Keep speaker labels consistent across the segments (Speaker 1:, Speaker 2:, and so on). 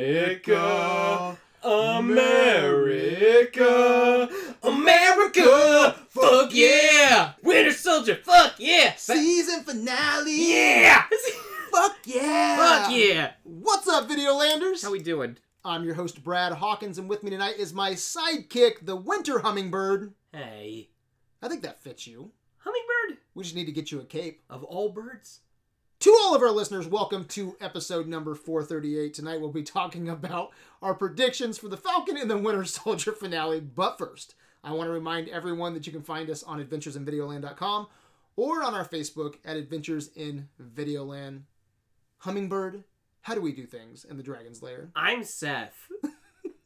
Speaker 1: America, America, America, fuck yeah! Winter Soldier, fuck yeah!
Speaker 2: Season finale.
Speaker 1: Yeah!
Speaker 2: Fuck yeah.
Speaker 1: Fuck yeah!
Speaker 2: What's up, Videolanders?
Speaker 1: How we doing?
Speaker 2: I'm your host, Brad Hawkins, and with me tonight is my sidekick, the Winter Hummingbird.
Speaker 1: Hey,
Speaker 2: I think that fits you.
Speaker 1: hummingbird
Speaker 2: We just need to get you a cape.
Speaker 1: of all birds.
Speaker 2: To all of our listeners, welcome to episode number 438. Tonight we'll be talking about our predictions for the Falcon and the Winter Soldier finale. But first, I want to remind everyone that you can find us on adventuresinvideoland.com or on our Facebook at Adventures in Videoland. Hummingbird, how do we do things in the Dragon's Lair?
Speaker 1: I'm Seth.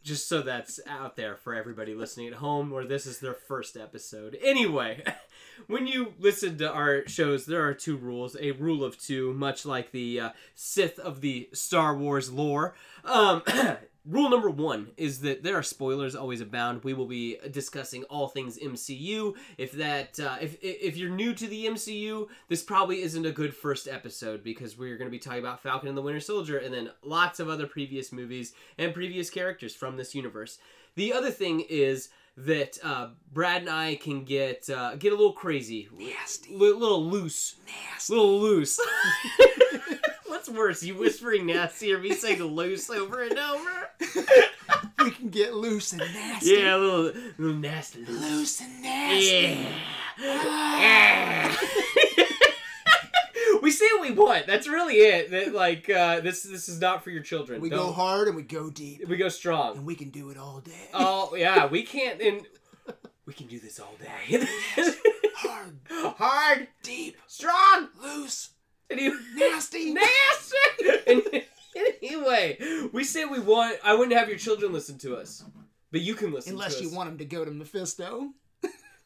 Speaker 1: Just so that's out there for everybody listening at home, where this is their first episode. Anyway, when you listen to our shows, there are two rules a rule of two, much like the uh, Sith of the Star Wars lore. Um, rule number one is that there are spoilers always abound. We will be discussing all things MCU. If that, uh, if if you're new to the MCU, this probably isn't a good first episode because we're going to be talking about Falcon and the Winter Soldier and then lots of other previous movies and previous characters from this universe. The other thing is that uh, Brad and I can get uh, get a little crazy, nasty, little loose, nasty, little loose. What's worse, you whispering nasty or me saying loose over and over?
Speaker 2: we can get loose and nasty.
Speaker 1: Yeah, a little, little nasty. Loose.
Speaker 2: Loose and nasty.
Speaker 1: Yeah. Yeah. we say what we want. That's really it. That like uh, this this is not for your children.
Speaker 2: We
Speaker 1: Don't-
Speaker 2: go hard and we go deep.
Speaker 1: We go
Speaker 2: And
Speaker 1: strong.
Speaker 2: we can do it all day.
Speaker 1: Oh yeah, we can't. And we can do this all day.
Speaker 2: hard,
Speaker 1: Hard,
Speaker 2: deep,
Speaker 1: strong,
Speaker 2: loose,
Speaker 1: and you
Speaker 2: nasty.
Speaker 1: nasty. And- anyway, we say what we want. I wouldn't have your children listen to us, but you can listen.
Speaker 2: Unless
Speaker 1: to
Speaker 2: you
Speaker 1: us.
Speaker 2: want him to go to Mephisto.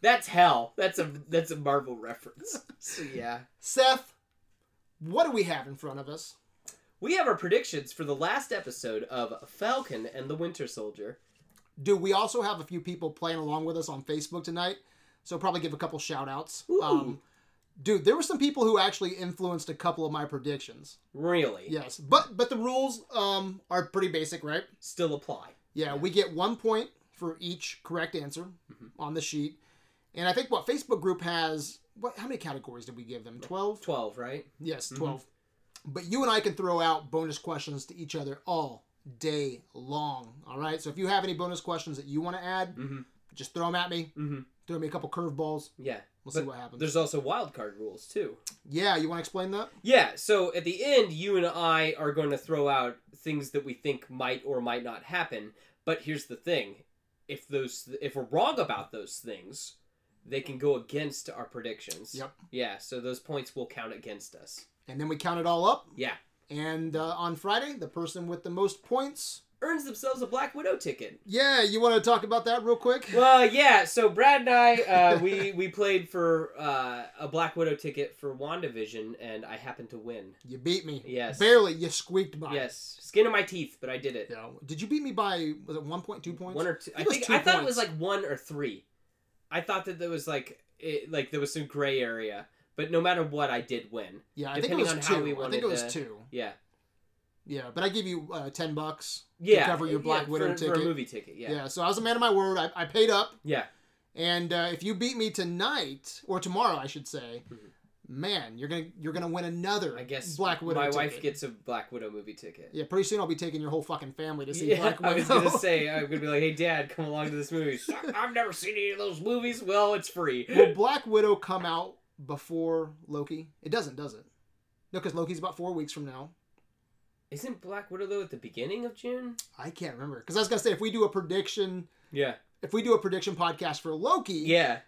Speaker 1: That's hell. That's a that's a Marvel reference. So yeah.
Speaker 2: Seth, what do we have in front of us?
Speaker 1: We have our predictions for the last episode of Falcon and the Winter Soldier.
Speaker 2: Do we also have a few people playing along with us on Facebook tonight? So probably give a couple shout outs.
Speaker 1: Ooh.
Speaker 2: dude, there were some people who actually influenced a couple of my predictions.
Speaker 1: Really?
Speaker 2: Yes, but but the rules um, are pretty basic, right?
Speaker 1: Still apply.
Speaker 2: Yeah, we get one point for each correct answer
Speaker 1: Mhm.
Speaker 2: on the sheet. And I think what Facebook group has what how many categories did we give them? 12?
Speaker 1: Twelve, right?
Speaker 2: Yes,
Speaker 1: Mhm.
Speaker 2: 12. But you and I can throw out bonus questions to each other all day long. All right? So if you have any bonus questions that you want to add,
Speaker 1: Mm-hmm.
Speaker 2: just throw them at me.
Speaker 1: Mm-hmm.
Speaker 2: Throw me a couple curveballs.
Speaker 1: Yeah.
Speaker 2: We'll see
Speaker 1: But
Speaker 2: what happens.
Speaker 1: There's also wild card rules too.
Speaker 2: Yeah, you want to explain that?
Speaker 1: Yeah, so at the end, you and I are going to throw out things that we think might or might not happen. But here's the thing: if those, if we're wrong about those things, they can go against our predictions.
Speaker 2: Yep.
Speaker 1: Yeah, so those points will count against us.
Speaker 2: And then we count it all up.
Speaker 1: Yeah,
Speaker 2: And uh, on Friday, the person with the most points.
Speaker 1: earns themselves a Black Widow ticket.
Speaker 2: Yeah, you want to talk about that real quick?
Speaker 1: Well, yeah. So Brad and I, uh, we we played for uh, a Black Widow ticket for Wandavision, and I happened to win.
Speaker 2: You beat me.
Speaker 1: Yes.
Speaker 2: Barely. You squeaked by.
Speaker 1: Yes, skin of my teeth, but I did it.
Speaker 2: You know, did you beat me by was it one point, two points?
Speaker 1: One or two. I
Speaker 2: it was
Speaker 1: think
Speaker 2: two
Speaker 1: I thought it was
Speaker 2: points.
Speaker 1: like one or three. I thought that there was like it, like there was some gray area, but no matter what, I did win.
Speaker 2: yeah, I think it
Speaker 1: depending
Speaker 2: was
Speaker 1: on
Speaker 2: two.
Speaker 1: how we
Speaker 2: I
Speaker 1: wanted
Speaker 2: think it was
Speaker 1: to-
Speaker 2: two.
Speaker 1: Yeah,
Speaker 2: Yeah, but I give you uh, ten bucks.
Speaker 1: yeah.
Speaker 2: cover your
Speaker 1: yeah,
Speaker 2: Black
Speaker 1: for-
Speaker 2: Widow
Speaker 1: for,
Speaker 2: ticket.
Speaker 1: a movie ticket. Yeah,
Speaker 2: Yeah.
Speaker 1: yeah.
Speaker 2: So I was a man of my word. I, I paid up,
Speaker 1: yeah.
Speaker 2: and uh, if you beat me tonight or tomorrow, I should say,
Speaker 1: Mhm.
Speaker 2: man, you're gonna you're gonna win another.
Speaker 1: I guess
Speaker 2: Black Widow.
Speaker 1: My
Speaker 2: ticket.
Speaker 1: wife gets a Black Widow movie ticket.
Speaker 2: Yeah, pretty soon I'll be taking your whole fucking family to see
Speaker 1: Yeah,
Speaker 2: Black Widow.
Speaker 1: I was gonna say I'm gonna be like, "Hey, Dad, come along to this movie." I've never seen any of those movies. Well, it's free.
Speaker 2: Will Black Widow come out before Loki? It doesn't, does it? No, because Loki's about four weeks from now.
Speaker 1: Isn't Black Widow though at the beginning of June?
Speaker 2: I can't remember because I was gonna say if we do a prediction,
Speaker 1: Yeah.
Speaker 2: if we do a prediction podcast for Loki,
Speaker 1: Yeah.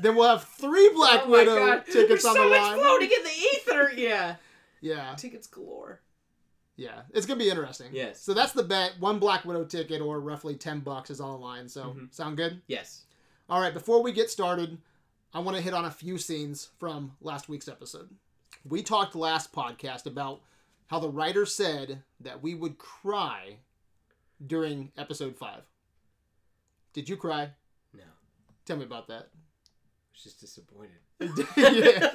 Speaker 2: then we'll have three Black
Speaker 1: Oh my
Speaker 2: Widow
Speaker 1: God.
Speaker 2: tickets
Speaker 1: There's
Speaker 2: on
Speaker 1: so
Speaker 2: the
Speaker 1: much
Speaker 2: line.
Speaker 1: floating in the ether. Yeah.
Speaker 2: Yeah,
Speaker 1: Tickets galore.
Speaker 2: yeah, it's gonna be interesting.
Speaker 1: Yes.
Speaker 2: So that's the bet. One Black Widow ticket, or roughly ten bucks, is on the line. So
Speaker 1: Mhm.
Speaker 2: sound good?
Speaker 1: Yes.
Speaker 2: All right. Before we get started, I want to hit on a few scenes from last week's episode. We talked last podcast about how the writer said that we would cry during episode five. Did you cry?
Speaker 1: No.
Speaker 2: Tell me about that.
Speaker 1: was just disappointed.
Speaker 2: yeah.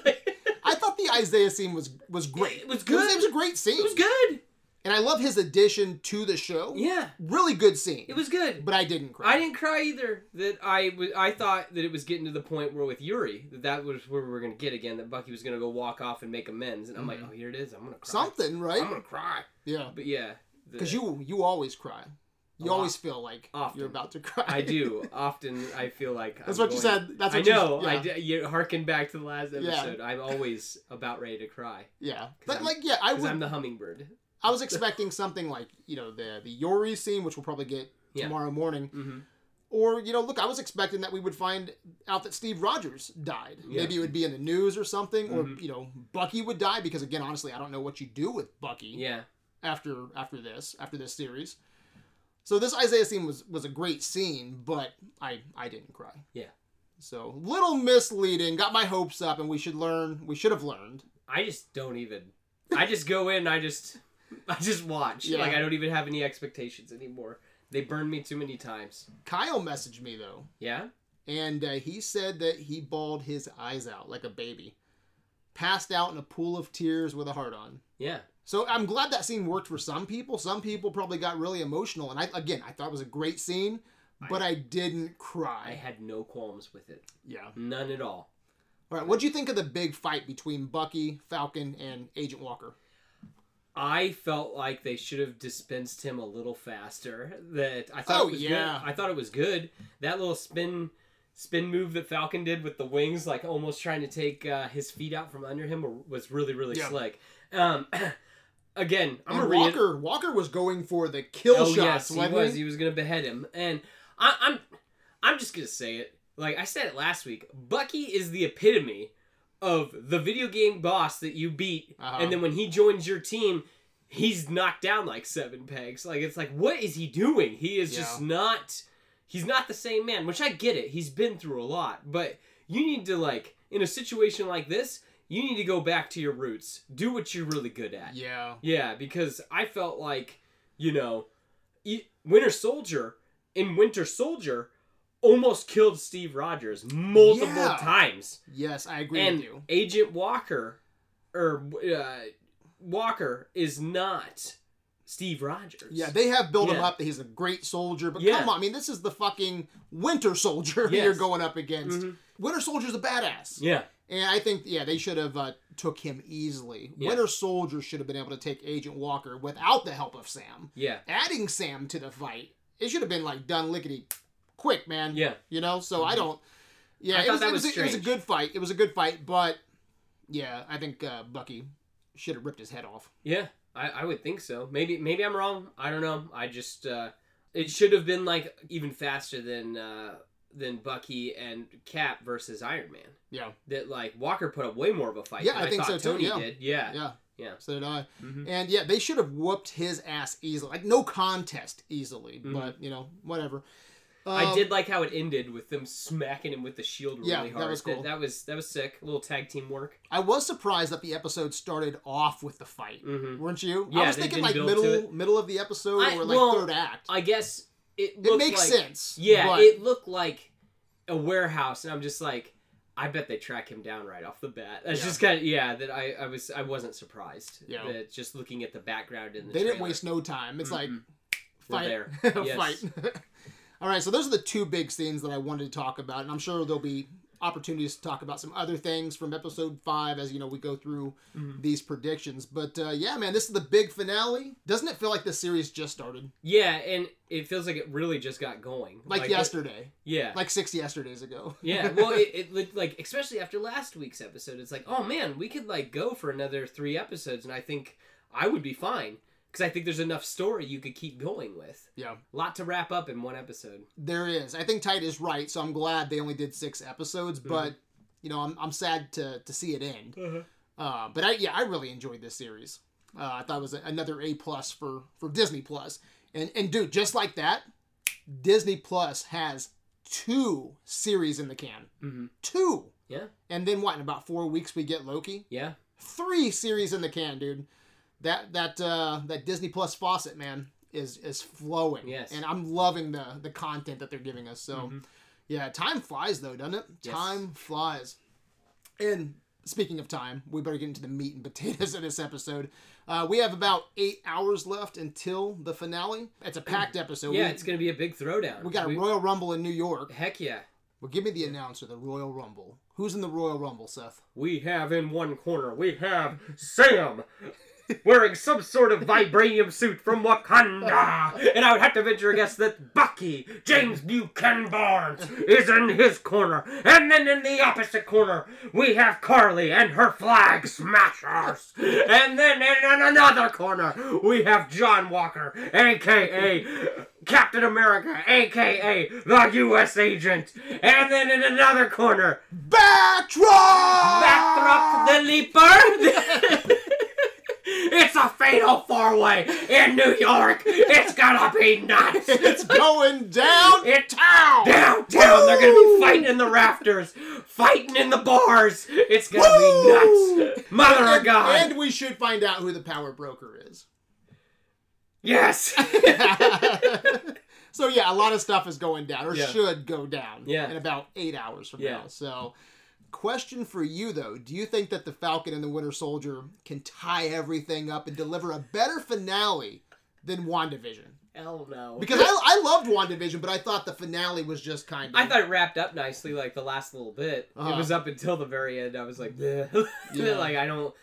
Speaker 2: I thought the Isaiah scene was was great.
Speaker 1: It
Speaker 2: It
Speaker 1: was
Speaker 2: was,
Speaker 1: good.
Speaker 2: it was a great scene.
Speaker 1: It was good.
Speaker 2: And I love his addition to the show.
Speaker 1: Yeah,
Speaker 2: Really good scene.
Speaker 1: it was good.
Speaker 2: but I didn't cry.
Speaker 1: I didn't cry either. That I was. I thought that it was getting to the point where with Yuri that that was where we were gonna get again. That Bucky was gonna go walk off and make amends, and I'm like, oh, here it is. I'm gonna cry.
Speaker 2: Something, right?
Speaker 1: I'm gonna cry.
Speaker 2: yeah.
Speaker 1: But yeah, the-
Speaker 2: Because you you always cry. You
Speaker 1: A lot.
Speaker 2: always feel like
Speaker 1: Often.
Speaker 2: you're about to cry.
Speaker 1: I do often. I feel like
Speaker 2: That's
Speaker 1: I'm
Speaker 2: what you
Speaker 1: going-
Speaker 2: said. That's
Speaker 1: I
Speaker 2: what
Speaker 1: know.
Speaker 2: You,
Speaker 1: I
Speaker 2: yeah.
Speaker 1: d- you harken back to the last
Speaker 2: Yeah.
Speaker 1: episode. I'm always about ready to cry
Speaker 2: Yeah.
Speaker 1: 'Cause
Speaker 2: But
Speaker 1: I'm-
Speaker 2: like, yeah, I
Speaker 1: because
Speaker 2: would.
Speaker 1: I'm the hummingbird.
Speaker 2: I was expecting something like you know the the Yori scene, which we'll probably get
Speaker 1: Yeah.
Speaker 2: tomorrow morning.
Speaker 1: hmm
Speaker 2: Or you know, look, I was expecting that we would find out that Steve Rogers died.
Speaker 1: Yeah.
Speaker 2: Maybe it would be in the news or something, or
Speaker 1: Mhm.
Speaker 2: you know, Bucky would die because again, honestly, I don't know what you do with Bucky
Speaker 1: Yeah.
Speaker 2: after after this after this series. So this Isaiah scene was was a great scene, but I I didn't cry.
Speaker 1: Yeah.
Speaker 2: So little misleading, got my hopes up, and we should learn. We should have learned.
Speaker 1: I just don't even. I just go in. I just. I just watch.
Speaker 2: Yeah.
Speaker 1: Like I don't even have any expectations anymore. They burned me too many times.
Speaker 2: Kyle messaged me though.
Speaker 1: Yeah.
Speaker 2: and uh, he said that he bawled his eyes out like a baby, passed out in a pool of tears with a heart on.
Speaker 1: Yeah.
Speaker 2: So I'm glad that scene worked for some people. Some people probably got really emotional, and I again I thought it was a great scene, but I didn't
Speaker 1: I
Speaker 2: cry.
Speaker 1: had no qualms with it.
Speaker 2: Yeah.
Speaker 1: None at all.
Speaker 2: All right. What'd you think of the big fight between Bucky, Falcon, and Agent Walker?
Speaker 1: I felt like they should have dispensed him a little faster. That I thought
Speaker 2: Oh,
Speaker 1: it was
Speaker 2: yeah.
Speaker 1: good. I thought it was good. That little spin spin move that Falcon did with the wings, like almost trying to take uh, his feet out from under him, were- was really really
Speaker 2: Yeah.
Speaker 1: slick. Um, again, I'm
Speaker 2: and
Speaker 1: gonna read.
Speaker 2: Walker Walker was going for the kill
Speaker 1: oh yes,
Speaker 2: shots.
Speaker 1: he
Speaker 2: wasn't
Speaker 1: was.
Speaker 2: he?
Speaker 1: He was gonna behead him, and I, I'm I'm just gonna say it. Like I said it last week, Bucky is the epitome of the video game boss that you beat,
Speaker 2: Uh-huh.
Speaker 1: and then when he joins your team, he's knocked down like seven pegs. Like it's like, what is he doing? He is just not. He's not the same man. Which I get it. He's been through a lot, but you need to like in a situation like this. You need to go back to your roots. Do what you're really good at.
Speaker 2: Yeah.
Speaker 1: Yeah, because I felt like, you know, e- Winter Soldier in Winter Soldier almost killed Steve Rogers multiple
Speaker 2: Yeah.
Speaker 1: times,
Speaker 2: Yes, I agree
Speaker 1: and
Speaker 2: with you.
Speaker 1: Agent Walker, or uh, Walker is not Steve Rogers.
Speaker 2: Yeah, they have built him
Speaker 1: Yeah.
Speaker 2: up that he's a great soldier, but
Speaker 1: Yeah.
Speaker 2: come on, I mean, this is the fucking Winter Soldier
Speaker 1: Yes.
Speaker 2: you're going up against.
Speaker 1: Mhm.
Speaker 2: Winter Soldier's a badass,
Speaker 1: yeah,
Speaker 2: and I think yeah, they should have uh, took him easily.
Speaker 1: Yeah.
Speaker 2: Winter Soldier should have been able to take Agent Walker without the help of Sam.
Speaker 1: yeah,
Speaker 2: Adding Sam to the fight, it should have been like done lickety quick, man.
Speaker 1: yeah.
Speaker 2: you know. So I
Speaker 1: Mhm.
Speaker 2: don't. Yeah,
Speaker 1: I
Speaker 2: it
Speaker 1: thought
Speaker 2: was,
Speaker 1: that
Speaker 2: it, was,
Speaker 1: was
Speaker 2: a- it was a
Speaker 1: strange.
Speaker 2: good fight. It was a good fight, but yeah, I think uh, Bucky should have ripped his head off.
Speaker 1: Yeah, I, I would think so. Maybe maybe I'm wrong. I don't know. I just uh, it should have been like even faster than uh, than Bucky and Cap versus Iron Man.
Speaker 2: Yeah.
Speaker 1: That like Walker put up way more of a fight.
Speaker 2: Yeah,
Speaker 1: than
Speaker 2: I think
Speaker 1: thought
Speaker 2: so too,
Speaker 1: Tony
Speaker 2: yeah.
Speaker 1: did. Yeah.
Speaker 2: Yeah. Mm-hmm.
Speaker 1: Yeah.
Speaker 2: So did I.
Speaker 1: Mhm.
Speaker 2: And yeah, they should have whooped his ass easily. Like no contest easily,
Speaker 1: Mhm.
Speaker 2: but you know, whatever.
Speaker 1: I
Speaker 2: Um,
Speaker 1: did like how it ended with them smacking him with the shield really
Speaker 2: Yeah, that
Speaker 1: hard.
Speaker 2: was cool.
Speaker 1: That, that was that was sick. A little tag team work.
Speaker 2: I was surprised that the episode started off with the fight.
Speaker 1: hmm
Speaker 2: Weren't you? I
Speaker 1: Yeah,
Speaker 2: was
Speaker 1: they
Speaker 2: thinking
Speaker 1: didn't
Speaker 2: like
Speaker 1: build to
Speaker 2: middle middle of the episode
Speaker 1: I-
Speaker 2: or like
Speaker 1: well,
Speaker 2: third act.
Speaker 1: I guess it
Speaker 2: It
Speaker 1: looked
Speaker 2: makes
Speaker 1: like,
Speaker 2: sense.
Speaker 1: Yeah,
Speaker 2: but-
Speaker 1: it looked like a warehouse, and I'm just like, I bet they track him down right off the bat. That's
Speaker 2: Yeah.
Speaker 1: just kind of yeah. That I, I was I wasn't surprised.
Speaker 2: Yeah.
Speaker 1: That just looking at the background in the
Speaker 2: they didn't
Speaker 1: trailer, Mm-hmm.
Speaker 2: waste no time. It's like
Speaker 1: Mm-mm. We're
Speaker 2: fight,
Speaker 1: there.
Speaker 2: fight.
Speaker 1: Yes.
Speaker 2: All right, so those are the two big scenes that I wanted to talk about, and I'm sure there'll be opportunities to talk about some other things from episode five as you know we go through
Speaker 1: Mhm.
Speaker 2: these predictions. But uh, yeah, man, this is the big finale. Doesn't it feel like this series just started,
Speaker 1: Yeah, and it feels like it really just got going.
Speaker 2: like,
Speaker 1: it-
Speaker 2: yesterday,
Speaker 1: Yeah.
Speaker 2: like six yesterdays ago?
Speaker 1: yeah, well, it, it looked like, especially after last week's episode, it's like, oh man, we could like go for another three episodes, and I think I would be fine because I think there's enough story you could keep going with.
Speaker 2: yeah,
Speaker 1: lot to wrap up in one episode.
Speaker 2: there is. I think Tight is right, so I'm glad they only did six episodes,
Speaker 1: Mm-hmm.
Speaker 2: but you know, I'm I'm sad to to see it end. Uh, but I yeah, I really enjoyed this series. Uh, I thought it was a- another A plus for for Disney Plus. And and dude, just like that, Disney Plus has two series in the can.
Speaker 1: hmm
Speaker 2: Two.
Speaker 1: Yeah.
Speaker 2: And then what? In about four weeks, we get Loki.
Speaker 1: Yeah,
Speaker 2: Three series in the can, dude. That that uh, that Disney Plus faucet, man, is is flowing.
Speaker 1: Yes.
Speaker 2: And I'm loving the the content that they're giving us. So.
Speaker 1: Mhm.
Speaker 2: Yeah, time flies though, doesn't it?
Speaker 1: Yes.
Speaker 2: Time flies. And speaking of time, we better get into the meat and potatoes of this episode. Uh, we have about eight hours left until the finale. It's a packed episode.
Speaker 1: Mm. Yeah,
Speaker 2: we,
Speaker 1: it's gonna be a big throwdown.
Speaker 2: we got a Royal Rumble in New York.
Speaker 1: heck yeah.
Speaker 2: Well, give me the announcer, the Royal Rumble. Who's in the Royal Rumble, Seth?
Speaker 1: We have in one corner, we have Sam wearing some sort of vibranium suit from Wakanda. And I would have to venture a guess that Bucky, James Buchanan Barnes, is in his corner. And then in the opposite corner, we have Carly and her flag smashers. And then in an- another corner, we have John Walker, aka Captain America, aka the US agent. And then in another corner,
Speaker 2: Backdrop!
Speaker 1: Backdrop the Leaper. it's a fatal four way in New York. It's gonna be nuts.
Speaker 2: It's going down
Speaker 1: It's
Speaker 2: town.
Speaker 1: downtown. They're gonna be
Speaker 2: Woo!
Speaker 1: fighting in the rafters, fighting in the bars. It's gonna be
Speaker 2: Woo!
Speaker 1: nuts. Mother of God.
Speaker 2: And we should find out who the power broker is.
Speaker 1: yes.
Speaker 2: so yeah, a lot of stuff is going down or
Speaker 1: Yeah.
Speaker 2: should go down
Speaker 1: Yeah.
Speaker 2: in about eight hours from
Speaker 1: Yeah.
Speaker 2: now. So question for you though, do you think that the Falcon and the Winter Soldier can tie everything up and deliver a better finale than WandaVision?
Speaker 1: Hell no.
Speaker 2: Because I, I loved WandaVision, but I thought the finale was just kind of
Speaker 1: I thought it wrapped up nicely, like the last little bit.
Speaker 2: Uh-huh.
Speaker 1: It was up until the very end. I was like, "Bleh."
Speaker 2: Yeah.
Speaker 1: like I don't.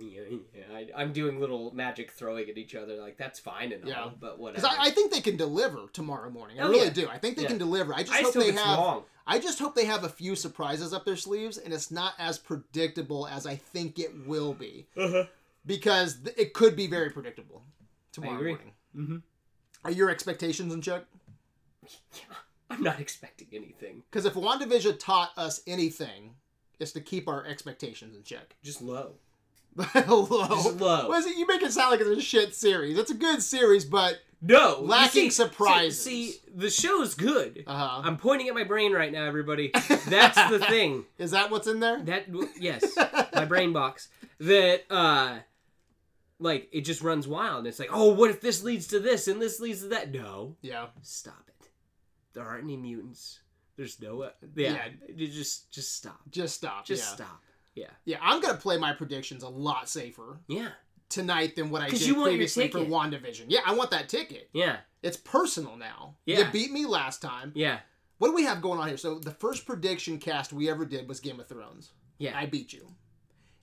Speaker 1: Yeah, yeah, I, I'm doing little magic throwing at each other. Like that's fine and
Speaker 2: Yeah.
Speaker 1: all, but
Speaker 2: because
Speaker 1: whatever.
Speaker 2: I, I think they can deliver tomorrow morning. I
Speaker 1: Oh,
Speaker 2: really
Speaker 1: yeah.
Speaker 2: do. I think they
Speaker 1: Yeah.
Speaker 2: can deliver. I just
Speaker 1: I
Speaker 2: hope
Speaker 1: still
Speaker 2: they
Speaker 1: think it's
Speaker 2: have
Speaker 1: long.
Speaker 2: I just hope they have a few surprises up their sleeves and it's not as predictable as I think it will be. Because th- it could be very predictable tomorrow
Speaker 1: agree.
Speaker 2: morning.
Speaker 1: Mhm.
Speaker 2: Are your expectations in check?
Speaker 1: I'm not expecting anything.
Speaker 2: Because if WandaVision taught us anything, it's to keep our expectations in check.
Speaker 1: Just low.
Speaker 2: low.
Speaker 1: Just low.
Speaker 2: Was it, you make it sound like it's a shit series. It's a good series, but
Speaker 1: No, you
Speaker 2: Lacking
Speaker 1: see-
Speaker 2: surprises.
Speaker 1: See, see, the show's good.
Speaker 2: uh
Speaker 1: I'm pointing at my brain right now, everybody. That's the thing.
Speaker 2: is that what's in there?
Speaker 1: That yes, my brain box. That uh, like it just runs wild. It's like, oh, what if this leads to this and this leads to that? No,
Speaker 2: Yeah.
Speaker 1: stop it. There aren't any mutants. There's no uh, yeah. you Just just stop.
Speaker 2: Just stop.
Speaker 1: Just
Speaker 2: yeah.
Speaker 1: stop. Yeah.
Speaker 2: Yeah, I'm gonna play my predictions a lot safer
Speaker 1: Yeah.
Speaker 2: tonight than what I
Speaker 1: 'Cause
Speaker 2: did
Speaker 1: you want your
Speaker 2: previously for
Speaker 1: ticket.
Speaker 2: WandaVision. Yeah, I want that ticket.
Speaker 1: Yeah.
Speaker 2: It's personal now. You
Speaker 1: Yeah.
Speaker 2: beat me last time.
Speaker 1: Yeah.
Speaker 2: What do we have going on here? So the first prediction cast we ever did was Game of Thrones.
Speaker 1: Yeah.
Speaker 2: I beat you.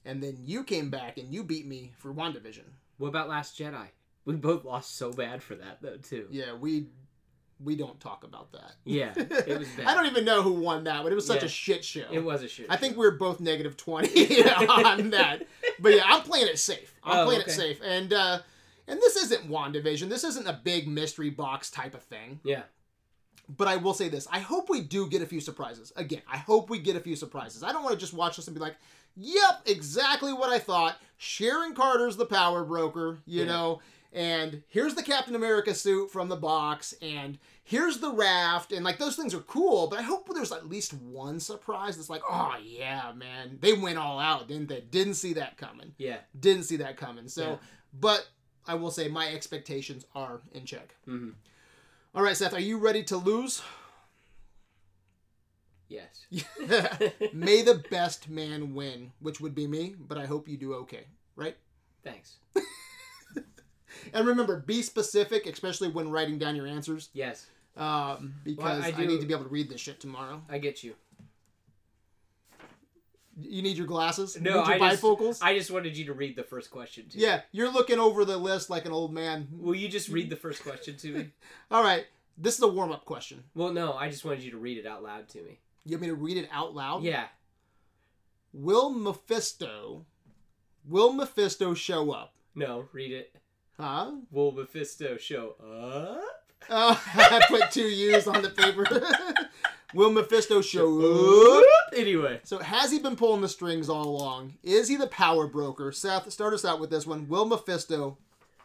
Speaker 2: And then you came back and you beat me for WandaVision.
Speaker 1: What about Last Jedi? We both lost so bad for that though too.
Speaker 2: Yeah, we we don't talk about that.
Speaker 1: Yeah, it was bad.
Speaker 2: I don't even know who won that, but it was such
Speaker 1: Yeah.
Speaker 2: a shit show.
Speaker 1: It was a shit.
Speaker 2: I think
Speaker 1: show.
Speaker 2: we were both negative 20 on that. But yeah, I'm playing it safe. I'm
Speaker 1: Oh,
Speaker 2: playing
Speaker 1: okay.
Speaker 2: it safe. And uh and this isn't WandaVision. This isn't a big mystery box type of thing.
Speaker 1: Yeah.
Speaker 2: But I will say this. I hope we do get a few surprises. Again, I hope we get a few surprises. I don't want to just watch this and be like, "Yep, exactly what I thought. Sharon Carter's the power broker, you
Speaker 1: Yeah.
Speaker 2: know, and here's the Captain America suit from the box and here's the raft and like those things are cool, but I hope there's at least one surprise that's like, "Oh yeah, man. They went all out, didn't they? Didn't see that coming."
Speaker 1: Yeah.
Speaker 2: didn't see that coming. So,
Speaker 1: Yeah.
Speaker 2: but I will say my expectations are in check.
Speaker 1: Mhm.
Speaker 2: All right, Seth, are you ready to lose?
Speaker 1: Yes.
Speaker 2: May the best man win, which would be me, but I hope you do okay, right?
Speaker 1: Thanks.
Speaker 2: And remember, be specific, especially when writing down your answers,
Speaker 1: Yes.
Speaker 2: um, because
Speaker 1: I
Speaker 2: I,
Speaker 1: do-
Speaker 2: need to be able to read this shit tomorrow.
Speaker 1: I get you.
Speaker 2: You need your glasses?
Speaker 1: No,
Speaker 2: you need your
Speaker 1: I just-
Speaker 2: bifocals?
Speaker 1: I just wanted you to read the first question to me.
Speaker 2: yeah, you're looking over the list like an old man.
Speaker 1: Will you just read the first question to me?
Speaker 2: All right, this is a warm up question.
Speaker 1: Well, no, I just wanted you to read it out loud to me.
Speaker 2: You want me to read it out loud?
Speaker 1: Yeah.
Speaker 2: Will Mephisto Will Mephisto show up?
Speaker 1: No, read it.
Speaker 2: Huh?
Speaker 1: Will Mephisto show up?
Speaker 2: Uh, I put two U's on the paper. Will Mephisto show up?
Speaker 1: Anyway.
Speaker 2: So has he been pulling the strings all along? Is he the power broker? Seth, start us out with this one. Will Mephisto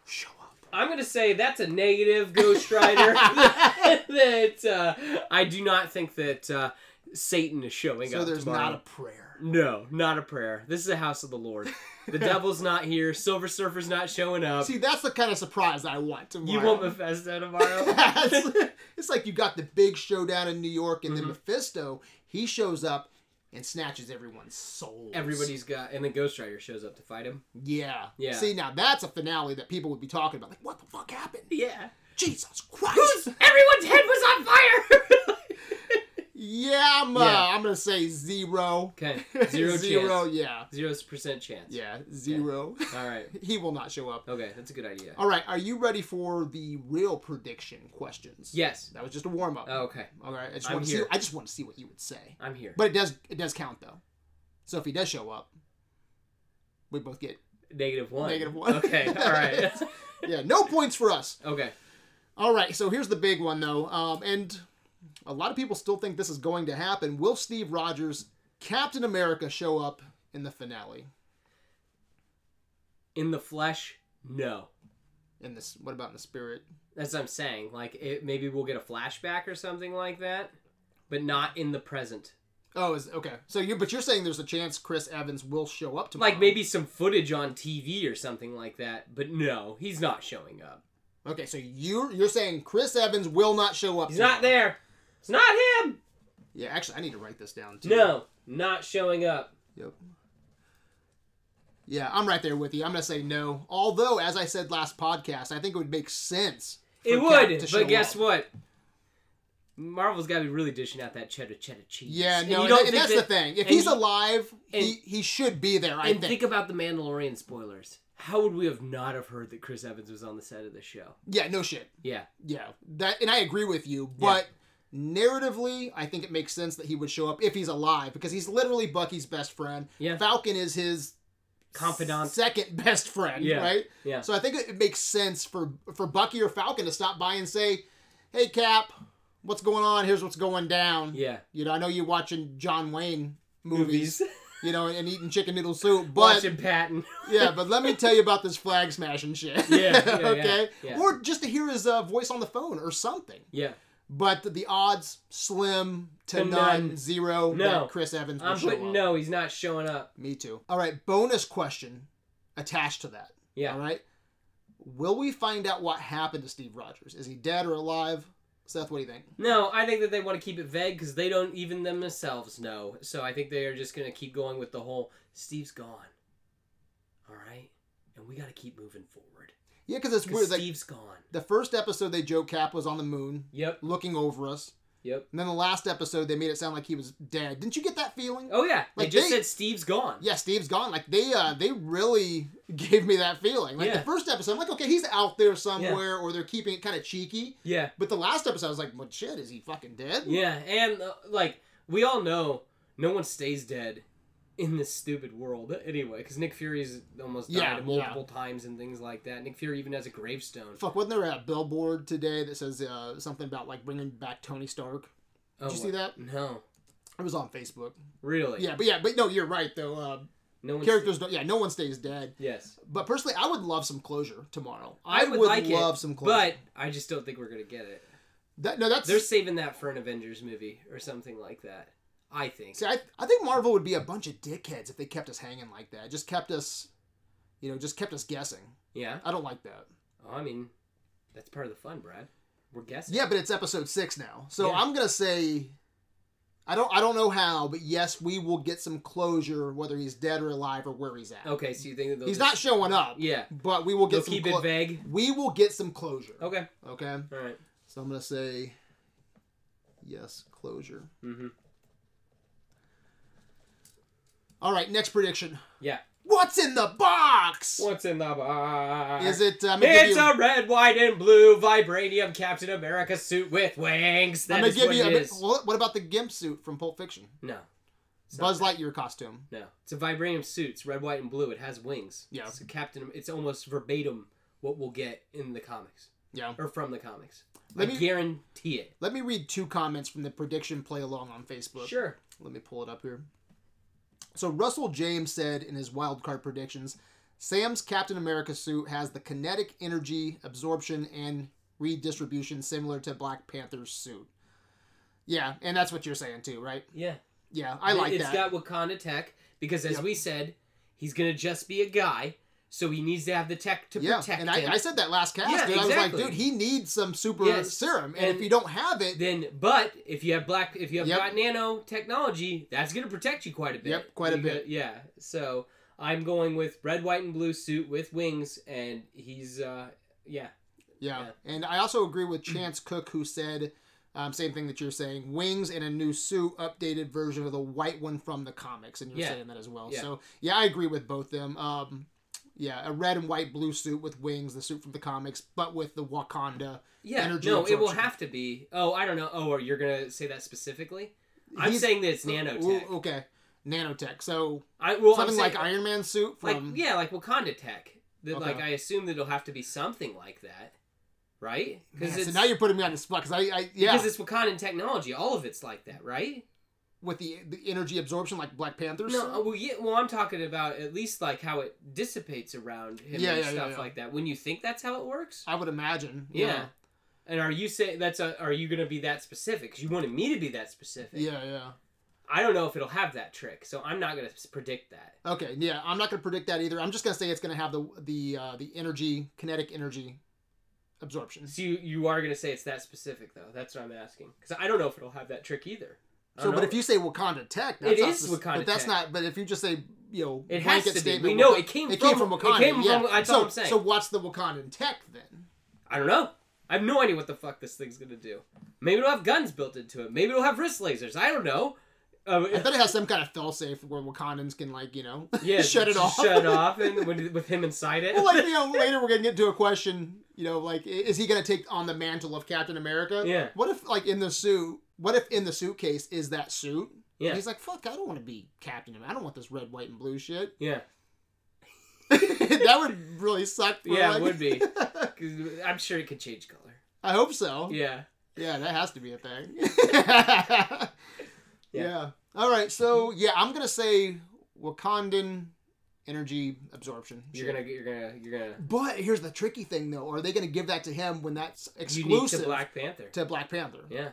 Speaker 2: show up?
Speaker 1: I'm gonna say that's a negative Ghost Rider. that uh, I do not think that uh, Satan is showing
Speaker 2: So
Speaker 1: up
Speaker 2: there's
Speaker 1: tomorrow.
Speaker 2: not a prayer.
Speaker 1: No, not a prayer. This is a house of the Lord. The devil's not here. Silver Surfer's not showing up.
Speaker 2: See, that's the kind of surprise I want tomorrow.
Speaker 1: you want Mephisto tomorrow?
Speaker 2: it's, it's like you got the big showdown in New York, and then
Speaker 1: Mm-hmm.
Speaker 2: Mephisto he shows up and snatches everyone's souls.
Speaker 1: Everybody's got, and then Ghost Rider shows up to fight him.
Speaker 2: yeah,
Speaker 1: Yeah.
Speaker 2: See, now that's a finale that people would be talking about. Like, what the fuck happened?
Speaker 1: Yeah.
Speaker 2: Jesus Christ!
Speaker 1: Everyone's head was on fire.
Speaker 2: yeah, I'm. Uh,
Speaker 1: Yeah.
Speaker 2: I'm gonna say zero.
Speaker 1: okay, zero,
Speaker 2: zero.
Speaker 1: chance.
Speaker 2: Yeah,
Speaker 1: Zero percent chance.
Speaker 2: yeah, zero.
Speaker 1: All right.
Speaker 2: he will not show up.
Speaker 1: Okay, that's a good idea.
Speaker 2: All right, are you ready for the real prediction questions?
Speaker 1: Yes.
Speaker 2: That was just a warm up.
Speaker 1: Oh, okay.
Speaker 2: All right, I just
Speaker 1: I'm
Speaker 2: want to see.
Speaker 1: here.
Speaker 2: I just want to see what you would say.
Speaker 1: I'm here.
Speaker 2: But it does it does count though. So if he does show up, we both get
Speaker 1: Negative one.
Speaker 2: Negative one.
Speaker 1: Okay. All right.
Speaker 2: yeah no points for us.
Speaker 1: okay.
Speaker 2: All right, so here's the big one though, um, and a lot of people still think this is going to happen. Will Steve Rogers, Captain America, show up in the finale?
Speaker 1: In the flesh, no.
Speaker 2: In this, what about in the spirit?
Speaker 1: That's what I'm saying. Like, it, maybe we'll get a flashback or something like that, but not in the present.
Speaker 2: Oh, is okay. So you, but you're saying there's a chance Chris Evans will show up tomorrow.
Speaker 1: Like, maybe some footage on TV or something like that, but no, he's not showing up.
Speaker 2: Okay, so you're you're saying Chris Evans will not show up.
Speaker 1: He's
Speaker 2: tomorrow.
Speaker 1: not there. It's not him.
Speaker 2: Yeah, actually, I need to write this down too.
Speaker 1: No, not showing up.
Speaker 2: Yep. Yeah, I'm right there with you. I'm gonna say no. Although, as I said last podcast, I think it would make sense. for
Speaker 1: It
Speaker 2: Cap to
Speaker 1: would,
Speaker 2: show
Speaker 1: but guess
Speaker 2: up.
Speaker 1: what? Marvel's got to be really dishing out that cheddar cheddar cheese.
Speaker 2: Yeah,
Speaker 1: And
Speaker 2: no,
Speaker 1: you
Speaker 2: and,
Speaker 1: don't
Speaker 2: that- and
Speaker 1: think
Speaker 2: that's
Speaker 1: that-
Speaker 2: the thing. If
Speaker 1: and
Speaker 2: he's
Speaker 1: you-
Speaker 2: alive, he,
Speaker 1: and-
Speaker 2: he should be there. I
Speaker 1: And
Speaker 2: think.
Speaker 1: think about the Mandalorian spoilers. How would we have not have heard that Chris Evans was on the set of the show?
Speaker 2: yeah, no shit.
Speaker 1: Yeah,
Speaker 2: Yeah, that, and I agree with you. But narratively, I think it makes sense that he would show up if he's alive because he's literally Bucky's best friend.
Speaker 1: Yeah.
Speaker 2: Falcon is his
Speaker 1: confidant.
Speaker 2: second best friend.
Speaker 1: Yeah.
Speaker 2: right.
Speaker 1: Yeah,
Speaker 2: So I think it it makes sense for for Bucky or Falcon to stop by and say, "Hey Cap, what's going on? Here's what's going down."
Speaker 1: yeah.
Speaker 2: You know, I know you're watching John Wayne movies,
Speaker 1: Movies.
Speaker 2: you know, and eating chicken noodle soup, but
Speaker 1: Watching Patton.
Speaker 2: yeah, but let me tell you about this flag smashing shit.
Speaker 1: Yeah, yeah, yeah,
Speaker 2: okay.
Speaker 1: yeah.
Speaker 2: Or just to hear his uh, voice on the phone or something.
Speaker 1: Yeah,
Speaker 2: But the odds slim to
Speaker 1: To
Speaker 2: none,
Speaker 1: none.
Speaker 2: zero
Speaker 1: No.
Speaker 2: that Chris Evans will
Speaker 1: I'm
Speaker 2: show
Speaker 1: putting
Speaker 2: up.
Speaker 1: no. He's not showing up.
Speaker 2: Me too. All right, bonus question attached to that. All
Speaker 1: Yeah,
Speaker 2: right. Will we find out what happened to Steve Rogers? Is he dead or alive? Seth, what do you think?
Speaker 1: no. I think that they want to keep it vague because they don't even themselves know. So I think they are just gonna keep going with the whole Steve's gone. All right, and we got to keep moving forward.
Speaker 2: Yeah, because it's
Speaker 1: Because
Speaker 2: weird. Like
Speaker 1: Steve's gone.
Speaker 2: the first episode, they joke Cap was on the moon,
Speaker 1: Yep.
Speaker 2: looking over us,
Speaker 1: Yep.
Speaker 2: and then the last episode, they made it sound like he was dead. Didn't you get that feeling?
Speaker 1: Oh yeah.
Speaker 2: Like,
Speaker 1: they just
Speaker 2: they-
Speaker 1: said Steve's gone.
Speaker 2: Yeah, Steve's gone. Like they, uh, they really gave me that feeling. Like the
Speaker 1: Yeah.
Speaker 2: first episode, I'm like, okay, he's out there somewhere, or they're keeping it kind of cheeky.
Speaker 1: Yeah.
Speaker 2: But the last episode, I was like, well, shit, is he fucking dead?
Speaker 1: Yeah, and uh, like we all know, no one stays dead in this stupid world anyway. Because Nick Fury's almost
Speaker 2: Yeah,
Speaker 1: died multiple times and things like that. Nick Fury even has a gravestone.
Speaker 2: Fuck, wasn't there a billboard today that says uh, something about like bringing back Tony Stark?
Speaker 1: Oh,
Speaker 2: Did you see
Speaker 1: what-
Speaker 2: that?
Speaker 1: No,
Speaker 2: It was on Facebook.
Speaker 1: really.
Speaker 2: Yeah, but yeah, but no, you're right though. Uh,
Speaker 1: no one
Speaker 2: characters don't. Yeah, no one stays dead.
Speaker 1: yes,
Speaker 2: But personally, I would love some closure tomorrow.
Speaker 1: I would like it,
Speaker 2: love some closure.
Speaker 1: but I just don't think we're gonna get it.
Speaker 2: that, no, that's
Speaker 1: They're saving that for an Avengers movie or something like that. I think.
Speaker 2: see, I, I think Marvel would be a bunch of dickheads if they kept us hanging like that. Just kept us, you know, just kept us guessing.
Speaker 1: Yeah.
Speaker 2: I don't like that.
Speaker 1: Oh, I mean, that's part of the fun, Brad. We're guessing.
Speaker 2: Yeah, but it's episode six now, so
Speaker 1: Yeah.
Speaker 2: I'm gonna say. I don't, I don't know how, but yes, we will get some closure, whether he's dead or alive or where he's at.
Speaker 1: Okay, so you think that they'll
Speaker 2: He's
Speaker 1: just-
Speaker 2: not showing up,
Speaker 1: Yeah.
Speaker 2: but we will get
Speaker 1: They'll
Speaker 2: some
Speaker 1: keep
Speaker 2: clo-
Speaker 1: it vague.
Speaker 2: we will get some closure.
Speaker 1: Okay.
Speaker 2: Okay.
Speaker 1: All right.
Speaker 2: So I'm gonna say yes, closure.
Speaker 1: Mhm.
Speaker 2: All right, next prediction.
Speaker 1: Yeah.
Speaker 2: What's in the box?
Speaker 1: What's in the box?
Speaker 2: Is it? uh, I'm gonna give
Speaker 1: It's
Speaker 2: you.
Speaker 1: a red, white, and blue vibranium Captain America suit with wings.
Speaker 2: I'm
Speaker 1: That
Speaker 2: gonna
Speaker 1: is
Speaker 2: give
Speaker 1: what
Speaker 2: you.
Speaker 1: it
Speaker 2: I'm gonna-
Speaker 1: is.
Speaker 2: what, what about the Gimp suit from Pulp Fiction?
Speaker 1: No,
Speaker 2: Buzz Lightyear costume.
Speaker 1: no. It's a vibranium suit. It's red, white, and blue. It has wings.
Speaker 2: Yeah.
Speaker 1: It's a Captain. It's almost verbatim what we'll get in the comics
Speaker 2: Yeah.
Speaker 1: or from the comics.
Speaker 2: Let
Speaker 1: I
Speaker 2: me-
Speaker 1: guarantee it.
Speaker 2: Let me read two comments from the prediction play along on Facebook.
Speaker 1: Sure.
Speaker 2: Let me pull it up here. So Russell James said in his wild card predictions, Sam's Captain America suit has the kinetic energy absorption and redistribution similar to Black Panther's suit. Yeah, and that's what you're saying too, right?
Speaker 1: Yeah.
Speaker 2: Yeah, I like
Speaker 1: It's
Speaker 2: that.
Speaker 1: got Wakanda tech because, as
Speaker 2: Yep.
Speaker 1: we said, he's gonna just be a guy, so he needs to have the tech to
Speaker 2: yeah,
Speaker 1: protect
Speaker 2: and
Speaker 1: him.
Speaker 2: I, I said that last cast,
Speaker 1: Yeah,
Speaker 2: dude. I was
Speaker 1: exactly.
Speaker 2: like, dude, he needs some super
Speaker 1: Yes,
Speaker 2: serum, and,
Speaker 1: and-
Speaker 2: if you don't have it,
Speaker 1: then, but if you have black, if you have
Speaker 2: Yep.
Speaker 1: black nano technology, that's gonna protect you quite a bit.
Speaker 2: Yep, quite a
Speaker 1: You
Speaker 2: bit.
Speaker 1: go- yeah. So I'm going with red, white, and blue suit with wings, and he's uh, yeah,
Speaker 2: yeah.
Speaker 1: Yeah.
Speaker 2: And I also agree with Chance Cook, who said, um, same thing that you're saying, wings and a new suit, updated version of the white one from the comics, and you're
Speaker 1: Yeah.
Speaker 2: saying that as well.
Speaker 1: Yeah.
Speaker 2: So yeah, I agree with both them. Um, yeah, a red and white blue suit with wings, the suit from the comics, but with the Wakanda.
Speaker 1: yeah.
Speaker 2: Energy
Speaker 1: no, it will
Speaker 2: absorption.
Speaker 1: have to be. Oh, I don't know. Oh, are you gonna say that specifically? I'm
Speaker 2: He's-
Speaker 1: saying that it's
Speaker 2: Ooh,
Speaker 1: nanotech.
Speaker 2: okay, nanotech. So
Speaker 1: I well, I'm
Speaker 2: something
Speaker 1: saying,
Speaker 2: like Iron Man suit
Speaker 1: like
Speaker 2: from
Speaker 1: yeah, like Wakanda tech. That
Speaker 2: Okay.
Speaker 1: like I assume that it'll have to be something like that, right?
Speaker 2: Man,
Speaker 1: Because it's
Speaker 2: so now you're putting me on the spot because I, I yeah
Speaker 1: because it's Wakandan technology. All of it's like that, right?
Speaker 2: with the the energy absorption like Black Panther's
Speaker 1: No, uh, well, yeah, well, I'm talking about at least like how it dissipates around him
Speaker 2: Yeah,
Speaker 1: and
Speaker 2: yeah, yeah,
Speaker 1: stuff
Speaker 2: yeah.
Speaker 1: like that. When you think that's how it works,
Speaker 2: I would imagine.
Speaker 1: yeah. And are you saying that's a? Are you gonna be that specific? 'Cause you wanted me to be that specific.
Speaker 2: Yeah, yeah.
Speaker 1: I don't know if it'll have that trick, so I'm not gonna s- predict that.
Speaker 2: Okay, yeah. I'm not gonna predict that either. I'm just gonna say it's gonna have the the uh, the energy, kinetic energy absorption.
Speaker 1: So you you are gonna say it's that specific though. That's what I'm asking because I don't know if it'll have that trick either. I
Speaker 2: So,
Speaker 1: don't
Speaker 2: but
Speaker 1: know.
Speaker 2: if you say Wakanda Tech, that's
Speaker 1: It
Speaker 2: not
Speaker 1: is
Speaker 2: spec-
Speaker 1: Wakanda
Speaker 2: But that's
Speaker 1: Tech.
Speaker 2: not. But if you just say you know,
Speaker 1: It has
Speaker 2: blanket
Speaker 1: to be.
Speaker 2: statement,
Speaker 1: We know
Speaker 2: Waka-
Speaker 1: it came
Speaker 2: it
Speaker 1: from-
Speaker 2: came from
Speaker 1: it
Speaker 2: Wakanda.
Speaker 1: came
Speaker 2: yeah.
Speaker 1: from- that's
Speaker 2: so,
Speaker 1: what I'm saying.
Speaker 2: So what's the Wakandan Tech then?
Speaker 1: I don't know. I have no idea what the fuck this thing's gonna do. Maybe it'll have guns built into it. Maybe it'll have wrist lasers. I don't know. Uh,
Speaker 2: I thought it has some kind of failsafe where Wakandans can like you know
Speaker 1: yeah,
Speaker 2: shut it
Speaker 1: just
Speaker 2: off.
Speaker 1: Shut it off, and when, with him inside it.
Speaker 2: well, like you know, later we're gonna get to a question. You know, like i- is he gonna take on the mantle of Captain America?
Speaker 1: Yeah.
Speaker 2: What if like in the suit? What if in the suitcase is that suit?
Speaker 1: Yeah.
Speaker 2: And he's like, fuck, I don't want to be Captain America. I don't want this red, white, and blue shit.
Speaker 1: yeah,
Speaker 2: that would really suck. We're
Speaker 1: yeah,
Speaker 2: like-
Speaker 1: it would be. 'Cause I'm sure it could change color.
Speaker 2: I hope so. Yeah.
Speaker 1: Yeah,
Speaker 2: that has to be a thing. yeah. All right. So yeah, I'm gonna say Wakandan energy absorption.
Speaker 1: you're
Speaker 2: Sure.
Speaker 1: gonna, you're gonna, you're gonna.
Speaker 2: But here's the tricky thing, though. Are they going to give that to him when that's
Speaker 1: Unique
Speaker 2: exclusive
Speaker 1: to Black Panther.
Speaker 2: to Black Panther?
Speaker 1: Yeah.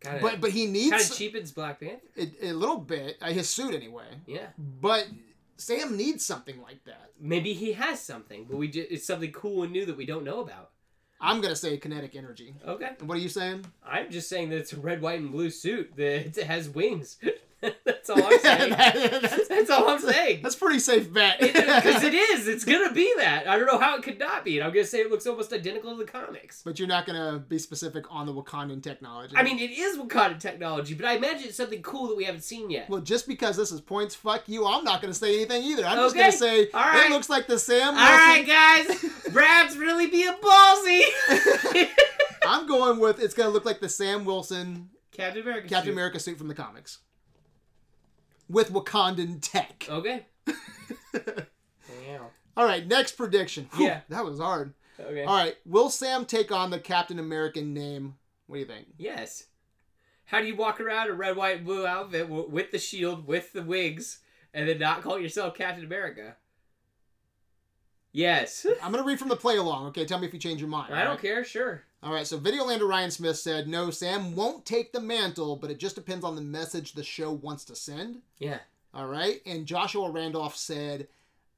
Speaker 1: Kind of.
Speaker 2: But but he
Speaker 1: kind of
Speaker 2: needs
Speaker 1: cheapens Black Panther.
Speaker 2: a, a little bit. Uh, his suit anyway.
Speaker 1: Yeah.
Speaker 2: But Sam needs something like that.
Speaker 1: Maybe he has something, but we ju- it's something cool and new that we don't know about.
Speaker 2: I'm gonna say kinetic energy.
Speaker 1: Okay.
Speaker 2: And What are you saying?
Speaker 1: I'm just saying that it's a red, white, and blue suit that has wings. that's all I'm saying.
Speaker 2: that's,
Speaker 1: that's all I'm saying.
Speaker 2: that's pretty safe bet.
Speaker 1: Because it is. It's gonna be that. I don't know how it could not be. And I'm gonna say it looks almost identical to the comics.
Speaker 2: but you're not gonna be specific on the Wakandan technology.
Speaker 1: I mean, it is Wakanda technology, but I imagine it's something cool that we haven't seen yet.
Speaker 2: Well, just because this is points, fuck you. I'm not gonna say anything either. I'm just
Speaker 1: Okay.
Speaker 2: gonna say
Speaker 1: All right.
Speaker 2: it looks like the Sam.
Speaker 1: All
Speaker 2: Wilson-
Speaker 1: right, guys. Brad's really being ballsy.
Speaker 2: I'm going with it's gonna look like the Sam Wilson
Speaker 1: Captain America.
Speaker 2: Captain
Speaker 1: suit.
Speaker 2: America suit from the comics with Wakandan tech.
Speaker 1: Okay. wow.
Speaker 2: All right, next prediction. Whew,
Speaker 1: Yeah.
Speaker 2: that was hard.
Speaker 1: Okay.
Speaker 2: All right, will Sam take on the Captain American name? What do you think?
Speaker 1: Yes. How do you walk around a red, white, and blue outfit w- with the shield, with the wigs, and then not call yourself Captain America? Yes.
Speaker 2: I'm gonna read from the play along. Okay, tell me if you change your mind.
Speaker 1: I don't care. Sure.
Speaker 2: All right, so Videolander Ryan Smith said, "No, Sam won't take the mantle, but it just depends on the message the show wants to send."
Speaker 1: Yeah.
Speaker 2: All right, and Joshua Randolph said,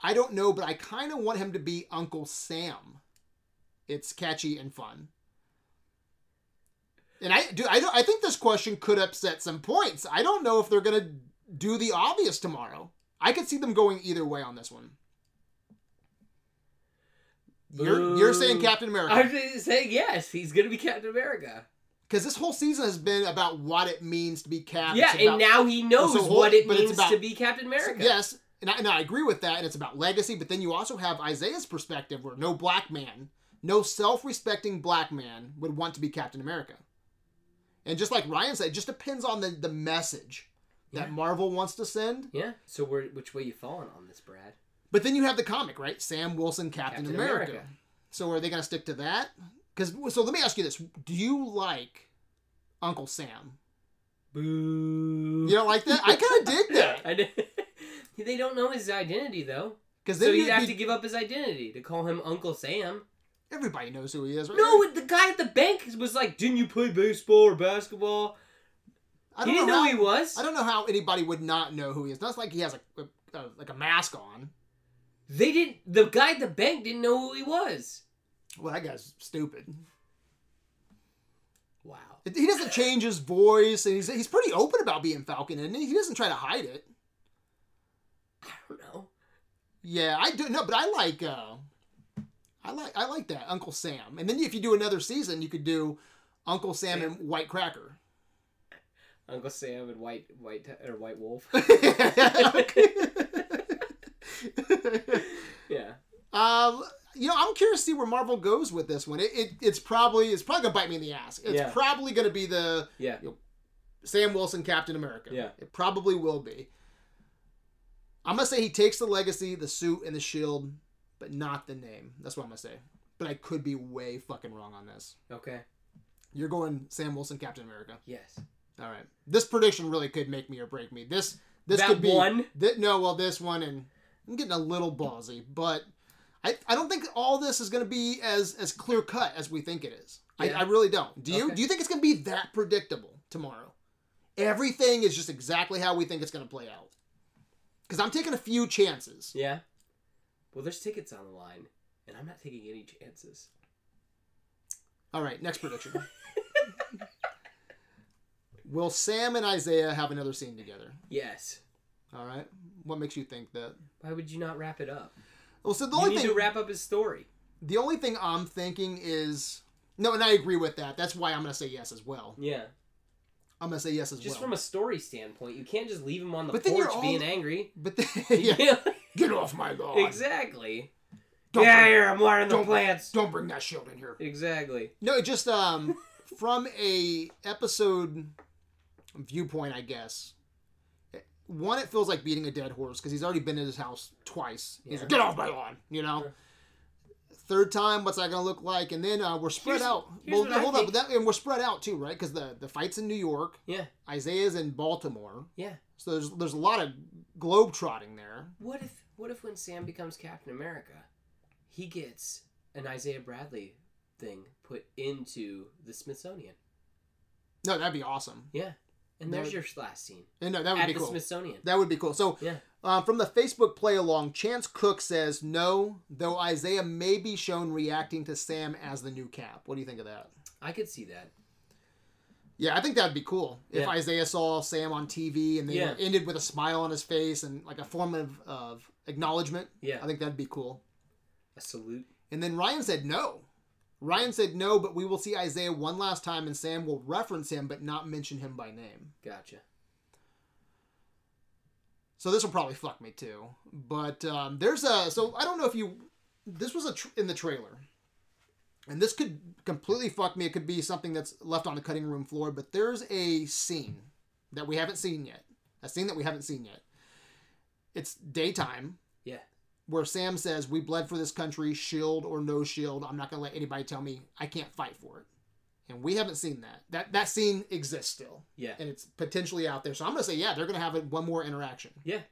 Speaker 2: "I don't know, but I kind of want him to be Uncle Sam. It's catchy and fun." And I do. I don't. I think this question could upset some points. I don't know if they're gonna do the obvious tomorrow. I could see them going either way on this one. You're, you're saying
Speaker 1: Boo.
Speaker 2: Captain America.
Speaker 1: I'm just saying yes. He's gonna be Captain America.
Speaker 2: Because this whole season has been about what it means to be Cap.
Speaker 1: yeah,
Speaker 2: It's
Speaker 1: and
Speaker 2: about-
Speaker 1: now he knows
Speaker 2: It's a whole-
Speaker 1: what it
Speaker 2: but it's
Speaker 1: means
Speaker 2: about-
Speaker 1: to be Captain America.
Speaker 2: Yes, and I, and I agree with that, and it's about legacy. But then you also have Isaiah's perspective, where no black man, no self-respecting black man, would want to be Captain America. And just like Ryan said, it just depends on the the message that
Speaker 1: Yeah.
Speaker 2: Marvel wants to send.
Speaker 1: Yeah. So where, which way you falling on this, Brad?
Speaker 2: But then you have the comic, right? Sam Wilson, Captain,
Speaker 1: Captain
Speaker 2: America.
Speaker 1: America.
Speaker 2: So are they going to stick to that? Because so let me ask you this: Do you like Uncle Sam?
Speaker 1: Boo.
Speaker 2: You don't like that? I kind of did that.
Speaker 1: I did- they don't know his identity though,
Speaker 2: Because then
Speaker 1: so
Speaker 2: you
Speaker 1: he'd
Speaker 2: would
Speaker 1: have
Speaker 2: be,
Speaker 1: to give up his identity to call him Uncle Sam.
Speaker 2: everybody knows who he is, right?
Speaker 1: No, the guy at the bank was like, "Didn't you play baseball or basketball?"
Speaker 2: I
Speaker 1: he
Speaker 2: don't
Speaker 1: didn't
Speaker 2: know,
Speaker 1: know
Speaker 2: how,
Speaker 1: who he was.
Speaker 2: I don't know how anybody would not know who he is. That's like he has a, a, a like a mask on.
Speaker 1: They didn't. The guy at the bank didn't know who he was.
Speaker 2: Well, that guy's stupid.
Speaker 1: Wow.
Speaker 2: He doesn't change his voice, and he's he's pretty open about being Falcon, and he He doesn't try to hide it.
Speaker 1: I don't know.
Speaker 2: Yeah, I do no, but I like uh I like I like that Uncle Sam. And then if you do another season, you could do Uncle Sam and White Cracker.
Speaker 1: Uncle Sam and White White or White Wolf. yeah.
Speaker 2: um, you know, I'm curious to see where Marvel goes with this one. It, it it's probably it's probably gonna bite me in the ass. It's
Speaker 1: Yeah.
Speaker 2: probably gonna be the
Speaker 1: Yeah.
Speaker 2: Sam Wilson Captain America.
Speaker 1: Yeah.
Speaker 2: It probably will be. I'm gonna say he takes the legacy, the suit, and the shield, but not the name. That's what I'm gonna say. But I could be way fucking wrong on this.
Speaker 1: Okay.
Speaker 2: You're going Sam Wilson, Captain America.
Speaker 1: Yes.
Speaker 2: All right. This prediction really could make me or break me. This this
Speaker 1: That
Speaker 2: could be
Speaker 1: one?
Speaker 2: thi- no, well, this one and I'm getting a little ballsy, but I, I don't think all this is going to be as as clear cut as we think it is.
Speaker 1: Yeah.
Speaker 2: I, I really don't. Do you
Speaker 1: Okay.
Speaker 2: do you think it's going to be that predictable tomorrow? Everything is just exactly how we think it's going to play out. Because I'm taking a few chances.
Speaker 1: Yeah. Well, there's tickets on the line, and I'm not taking any chances.
Speaker 2: All right, next prediction. Will Sam and Isaiah have another scene together?
Speaker 1: Yes.
Speaker 2: All right. What makes you think that?
Speaker 1: Why would you not wrap it up?
Speaker 2: Well, so the
Speaker 1: You
Speaker 2: only
Speaker 1: need
Speaker 2: thing
Speaker 1: to wrap up his story.
Speaker 2: The only thing I'm thinking is no, and I agree with that. That's why I'm gonna say yes as well.
Speaker 1: Yeah.
Speaker 2: I'm gonna say yes as
Speaker 1: Just
Speaker 2: well.
Speaker 1: from a story standpoint, you can't just leave him on the
Speaker 2: But then you're
Speaker 1: porch
Speaker 2: all-
Speaker 1: being angry.
Speaker 2: but the- yeah, get off my lawn.
Speaker 1: exactly.
Speaker 2: Don't,
Speaker 1: yeah,
Speaker 2: bring,
Speaker 1: here I'm watering the
Speaker 2: don't-
Speaker 1: plants.
Speaker 2: don't bring that shield in here.
Speaker 1: Exactly.
Speaker 2: No, it just um from a episode viewpoint, I guess. One, it feels like beating a dead horse because he's already been in his house twice. He's
Speaker 1: Yeah.
Speaker 2: like, "Get off my lawn," you know.
Speaker 1: Sure.
Speaker 2: Third time, what's that gonna look like? And then uh, we're spread
Speaker 1: Here's-
Speaker 2: out.
Speaker 1: here's
Speaker 2: well,
Speaker 1: what
Speaker 2: no,
Speaker 1: I
Speaker 2: hold up,
Speaker 1: think.
Speaker 2: but that and we're spread out too, right? Because the the fights in New York.
Speaker 1: Yeah.
Speaker 2: Isaiah's in Baltimore.
Speaker 1: Yeah.
Speaker 2: So there's there's a lot of globetrotting there.
Speaker 1: What if what if when Sam becomes Captain America, he gets an Isaiah Bradley thing put into the Smithsonian?
Speaker 2: No, that'd be awesome.
Speaker 1: Yeah. And
Speaker 2: That
Speaker 1: there's
Speaker 2: would-
Speaker 1: your last scene.
Speaker 2: And no, that would
Speaker 1: At
Speaker 2: be
Speaker 1: the
Speaker 2: cool.
Speaker 1: Smithsonian.
Speaker 2: That would be cool. So
Speaker 1: Yeah.
Speaker 2: uh, from the Facebook play along, Chance Cook says no, though Isaiah may be shown reacting to Sam as the new Cap. What do you think of that?
Speaker 1: I could see that.
Speaker 2: Yeah, I think that'd be cool if
Speaker 1: Yeah.
Speaker 2: Isaiah saw Sam on TV and they
Speaker 1: Yeah.
Speaker 2: ended with a smile on his face and like a form of, of acknowledgement.
Speaker 1: Yeah.
Speaker 2: I think that'd be cool.
Speaker 1: A salute.
Speaker 2: And then Ryan said no. Ryan said no, but we will see Isaiah one last time and Sam will reference him but not mention him by name.
Speaker 1: Gotcha.
Speaker 2: So this will probably fuck me too. But um, there's a so I don't know if you this was a tr- in the trailer. And this could completely fuck me. It could be something that's left on the cutting room floor, but there's a scene that we haven't seen yet. A scene that we haven't seen yet. It's daytime.
Speaker 1: Yeah.
Speaker 2: where Sam says, "We bled for this country, shield or no shield. I'm not going to let anybody tell me I can't fight for it." And we haven't seen that. That that scene exists still,
Speaker 1: Yeah.
Speaker 2: and it's potentially out there. So I'm going to say, yeah, they're going to have it one more interaction.
Speaker 1: Yeah.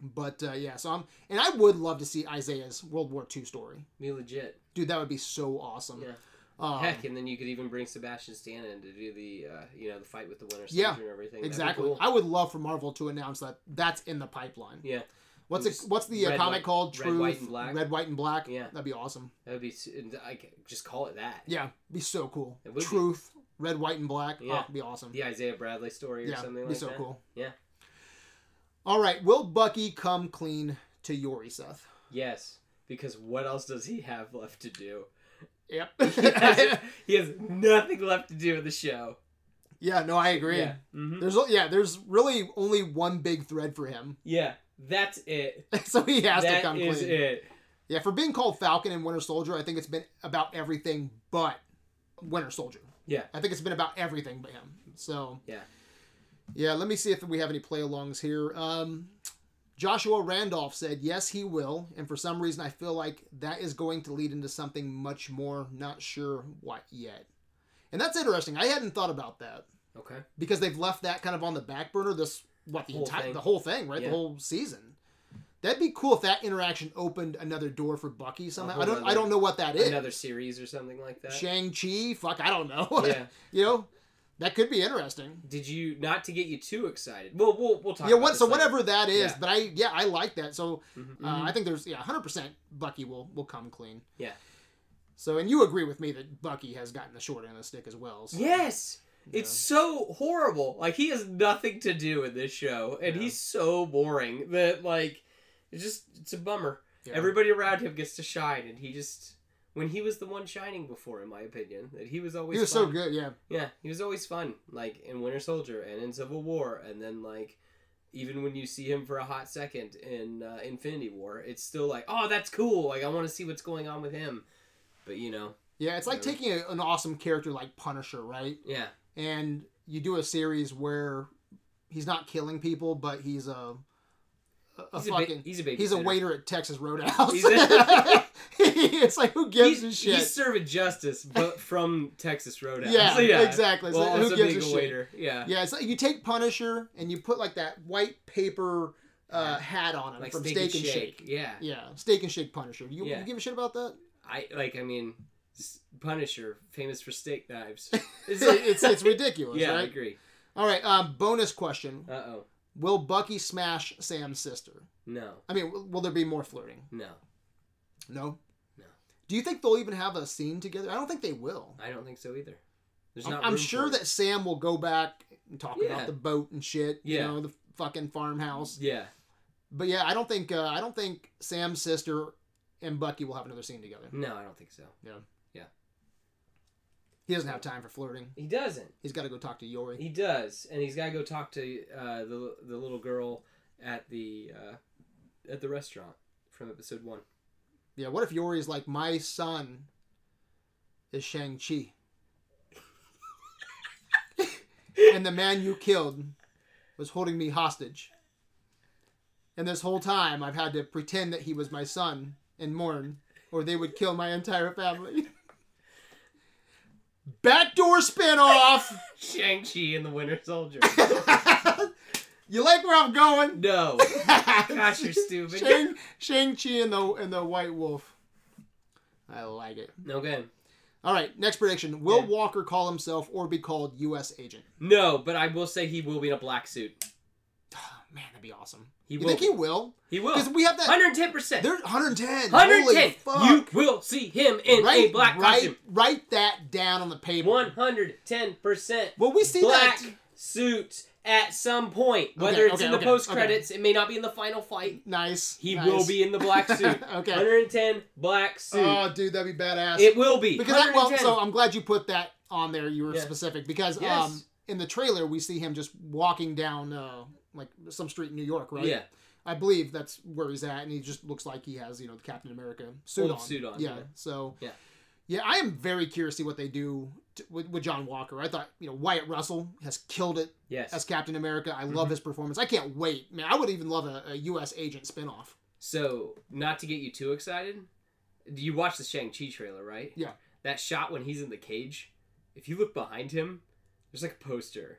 Speaker 2: But uh, yeah, so I'm, and I would love to see Isaiah's World War II story,
Speaker 1: Be legit.
Speaker 2: dude. That would be so awesome.
Speaker 1: Yeah.
Speaker 2: Um,
Speaker 1: Heck, and then you could even bring Sebastian Stan in to do the uh, you know the fight with the Winter Soldier
Speaker 2: Yeah,
Speaker 1: and everything. That'd be
Speaker 2: exactly.
Speaker 1: cool.
Speaker 2: I would love for Marvel to announce that that's in the pipeline.
Speaker 1: Yeah,
Speaker 2: What's it,
Speaker 1: Just
Speaker 2: what's the uh,
Speaker 1: red,
Speaker 2: comic
Speaker 1: white-
Speaker 2: called?
Speaker 1: red,
Speaker 2: Truth,
Speaker 1: white, and black.
Speaker 2: Red, white, and black.
Speaker 1: Yeah.
Speaker 2: that'd be awesome.
Speaker 1: that would be. s- and I could just call it that.
Speaker 2: Yeah, be so cool.
Speaker 1: It would be.
Speaker 2: Truth, red, white, and black.
Speaker 1: Yeah.
Speaker 2: Oh, be awesome.
Speaker 1: The Isaiah Bradley story or
Speaker 2: yeah,
Speaker 1: something
Speaker 2: be
Speaker 1: like
Speaker 2: so
Speaker 1: that.
Speaker 2: cool.
Speaker 1: Yeah.
Speaker 2: All right, will Bucky come clean to Yori Seth?
Speaker 1: Yes, because what else does he have left to do?
Speaker 2: Yep.
Speaker 1: He has, he has nothing left to do in the show.
Speaker 2: yeah, no, I agree.
Speaker 1: Yeah. hmm
Speaker 2: There's o- yeah, there's really only one big thread for him,
Speaker 1: Yeah. That's it.
Speaker 2: so he has to
Speaker 1: That
Speaker 2: come
Speaker 1: is
Speaker 2: clean.
Speaker 1: it.
Speaker 2: Yeah, for being called Falcon and Winter Soldier, I think it's been about everything but Winter Soldier.
Speaker 1: Yeah.
Speaker 2: I think it's been about everything but him. So
Speaker 1: Yeah.
Speaker 2: yeah. Let me see if we have any play-alongs here. Um, Joshua Randolph said, "Yes, he will," and for some reason, I feel like that is going to lead into something much more. Not sure what yet, and that's interesting. I hadn't thought about that
Speaker 1: Okay.
Speaker 2: because they've left that kind of on the back burner. This what the
Speaker 1: Whole
Speaker 2: entire
Speaker 1: thing.
Speaker 2: the whole thing, right?
Speaker 1: Yeah.
Speaker 2: The whole season. That'd be cool if that interaction opened another door for Bucky somehow. I
Speaker 1: whole
Speaker 2: don't I
Speaker 1: other-
Speaker 2: don't know what that is.
Speaker 1: Another series or something like that.
Speaker 2: Shang Chi, fuck, I don't know.
Speaker 1: Yeah.
Speaker 2: you know, That could be interesting.
Speaker 1: Did you not to get you too excited? Well, we'll we'll talk.
Speaker 2: yeah,
Speaker 1: about
Speaker 2: what,
Speaker 1: this
Speaker 2: so
Speaker 1: later.
Speaker 2: whatever that is,
Speaker 1: Yeah.
Speaker 2: but I yeah, I like that. So
Speaker 1: Mhm.
Speaker 2: uh, I think there's yeah, 100% Bucky will will come clean.
Speaker 1: Yeah.
Speaker 2: So and you agree with me that Bucky has gotten the short end of the stick as well. So,
Speaker 1: Yes,
Speaker 2: yeah.
Speaker 1: it's so horrible. Like he has nothing to do in this show, and
Speaker 2: Yeah.
Speaker 1: he's so boring that like it's just it's a bummer.
Speaker 2: yeah.
Speaker 1: Everybody around him gets to shine, and he just when he was the one shining before, in my opinion, that he was always
Speaker 2: he was
Speaker 1: fun.
Speaker 2: so good, yeah.
Speaker 1: Yeah, he was always fun, like in Winter Soldier and in Civil War, and then like even when you see him for a hot second in uh, Infinity War, it's still like, oh, that's cool. Like I want to see what's going on with him. But you know,
Speaker 2: Yeah, it's like
Speaker 1: Yeah.
Speaker 2: taking a, an awesome character like Punisher, right?
Speaker 1: yeah,
Speaker 2: And you do a series where he's not killing people, but he's a a, a
Speaker 1: he's a, ba-
Speaker 2: fucking
Speaker 1: he's a baby.
Speaker 2: he's a waiter at Texas Roadhouse.
Speaker 1: He's a-
Speaker 2: it's like who gives
Speaker 1: He's,
Speaker 2: a shit?
Speaker 1: he's serving justice, but from Texas Roadhouse.
Speaker 2: yeah,
Speaker 1: So, yeah.
Speaker 2: exactly. So
Speaker 1: Well,
Speaker 2: who
Speaker 1: as a
Speaker 2: gives a
Speaker 1: legal
Speaker 2: shit?
Speaker 1: waiter, yeah.
Speaker 2: Yeah, it's like you take Punisher and you put like that white paper uh, hat on him
Speaker 1: Like
Speaker 2: from
Speaker 1: steak, and, shake. Yeah,
Speaker 2: Yeah, Steak and Shake Punisher. You,
Speaker 1: Yeah.
Speaker 2: you give a shit about that?
Speaker 1: I like. I mean, s- Punisher, famous for steak knives.
Speaker 2: It's it's, it's ridiculous,
Speaker 1: yeah, I
Speaker 2: right?
Speaker 1: agree.
Speaker 2: All right. Um, bonus question:
Speaker 1: Uh oh,
Speaker 2: Will Bucky smash Sam's sister?
Speaker 1: no,
Speaker 2: I mean, will- will there be more flirting?
Speaker 1: no.
Speaker 2: No.
Speaker 1: No.
Speaker 2: Do you think they'll even have a scene together? I don't think they will.
Speaker 1: I don't think so either. There's
Speaker 2: I'm,
Speaker 1: not.
Speaker 2: I'm
Speaker 1: room
Speaker 2: sure
Speaker 1: for it.
Speaker 2: that Sam will go back and talk
Speaker 1: Yeah.
Speaker 2: about the boat and shit.
Speaker 1: Yeah.
Speaker 2: You know, the fucking farmhouse.
Speaker 1: Yeah,
Speaker 2: But yeah, I don't think uh, I don't think Sam's sister and Bucky will have another scene together.
Speaker 1: no, I don't think so.
Speaker 2: He doesn't have time for flirting.
Speaker 1: He doesn't.
Speaker 2: He's got to go talk to Yori.
Speaker 1: He does, and he's got to go talk to uh, the the little girl at the uh, at the restaurant from episode one.
Speaker 2: Yeah, what if Yori's like my son is Shang Chi, and the man you killed was holding me hostage, and this whole time I've had to pretend that he was my son and mourn, or they would kill my entire family. Backdoor spinoff.
Speaker 1: Shang Chi and the Winter Soldier.
Speaker 2: you like where I'm going?
Speaker 1: no, gosh, you're stupid.
Speaker 2: Shang Shang Chi and the and the White Wolf. I like it.
Speaker 1: Okay,
Speaker 2: All right, next prediction: Will
Speaker 1: Yeah.
Speaker 2: Walker call himself or be called U.S. agent?
Speaker 1: no, but I will say he will be in a black suit.
Speaker 2: Oh, man, that'd be awesome.
Speaker 1: He
Speaker 2: you
Speaker 1: will.
Speaker 2: think he will?
Speaker 1: He
Speaker 2: Because
Speaker 1: will.
Speaker 2: we have that.
Speaker 1: Hundred ten percent.
Speaker 2: There's 110. Holy
Speaker 1: 110.
Speaker 2: fuck.
Speaker 1: You will see him in
Speaker 2: write,
Speaker 1: a black
Speaker 2: write,
Speaker 1: costume.
Speaker 2: Write that down on the paper.
Speaker 1: 110%.
Speaker 2: Will we see
Speaker 1: black
Speaker 2: that?
Speaker 1: suits at some point. Whether it's
Speaker 2: okay,
Speaker 1: in the
Speaker 2: okay,
Speaker 1: post credits, it may not be in the final fight.
Speaker 2: Nice.
Speaker 1: He
Speaker 2: nice.
Speaker 1: will be in the black suit.
Speaker 2: Okay.
Speaker 1: 110 black suit.
Speaker 2: Oh, dude, that'd be badass.
Speaker 1: it will be.
Speaker 2: because that,
Speaker 1: 110.
Speaker 2: well, so I'm glad you put that on there. You were
Speaker 1: Yeah.
Speaker 2: specific because
Speaker 1: Yes.
Speaker 2: um, in the trailer we see him just walking down uh, like some street in New York, right?
Speaker 1: Yeah.
Speaker 2: I believe that's where he's at, and he just looks like he has you know the Captain America suit
Speaker 1: Old
Speaker 2: on.
Speaker 1: suit on,
Speaker 2: Yeah.
Speaker 1: yeah.
Speaker 2: So.
Speaker 1: Yeah.
Speaker 2: Yeah, I am very curious to see what they do to, with, with John Walker. I thought you know Wyatt Russell has killed it
Speaker 1: Yes.
Speaker 2: as Captain America. I
Speaker 1: Mhm.
Speaker 2: love his performance. I can't wait, man. I would even love a, a U.S. agent spinoff.
Speaker 1: So, not to get you too excited, do you watch the Shang-Chi trailer, right?
Speaker 2: Yeah.
Speaker 1: That shot when he's in the cage, if you look behind him, there's like a poster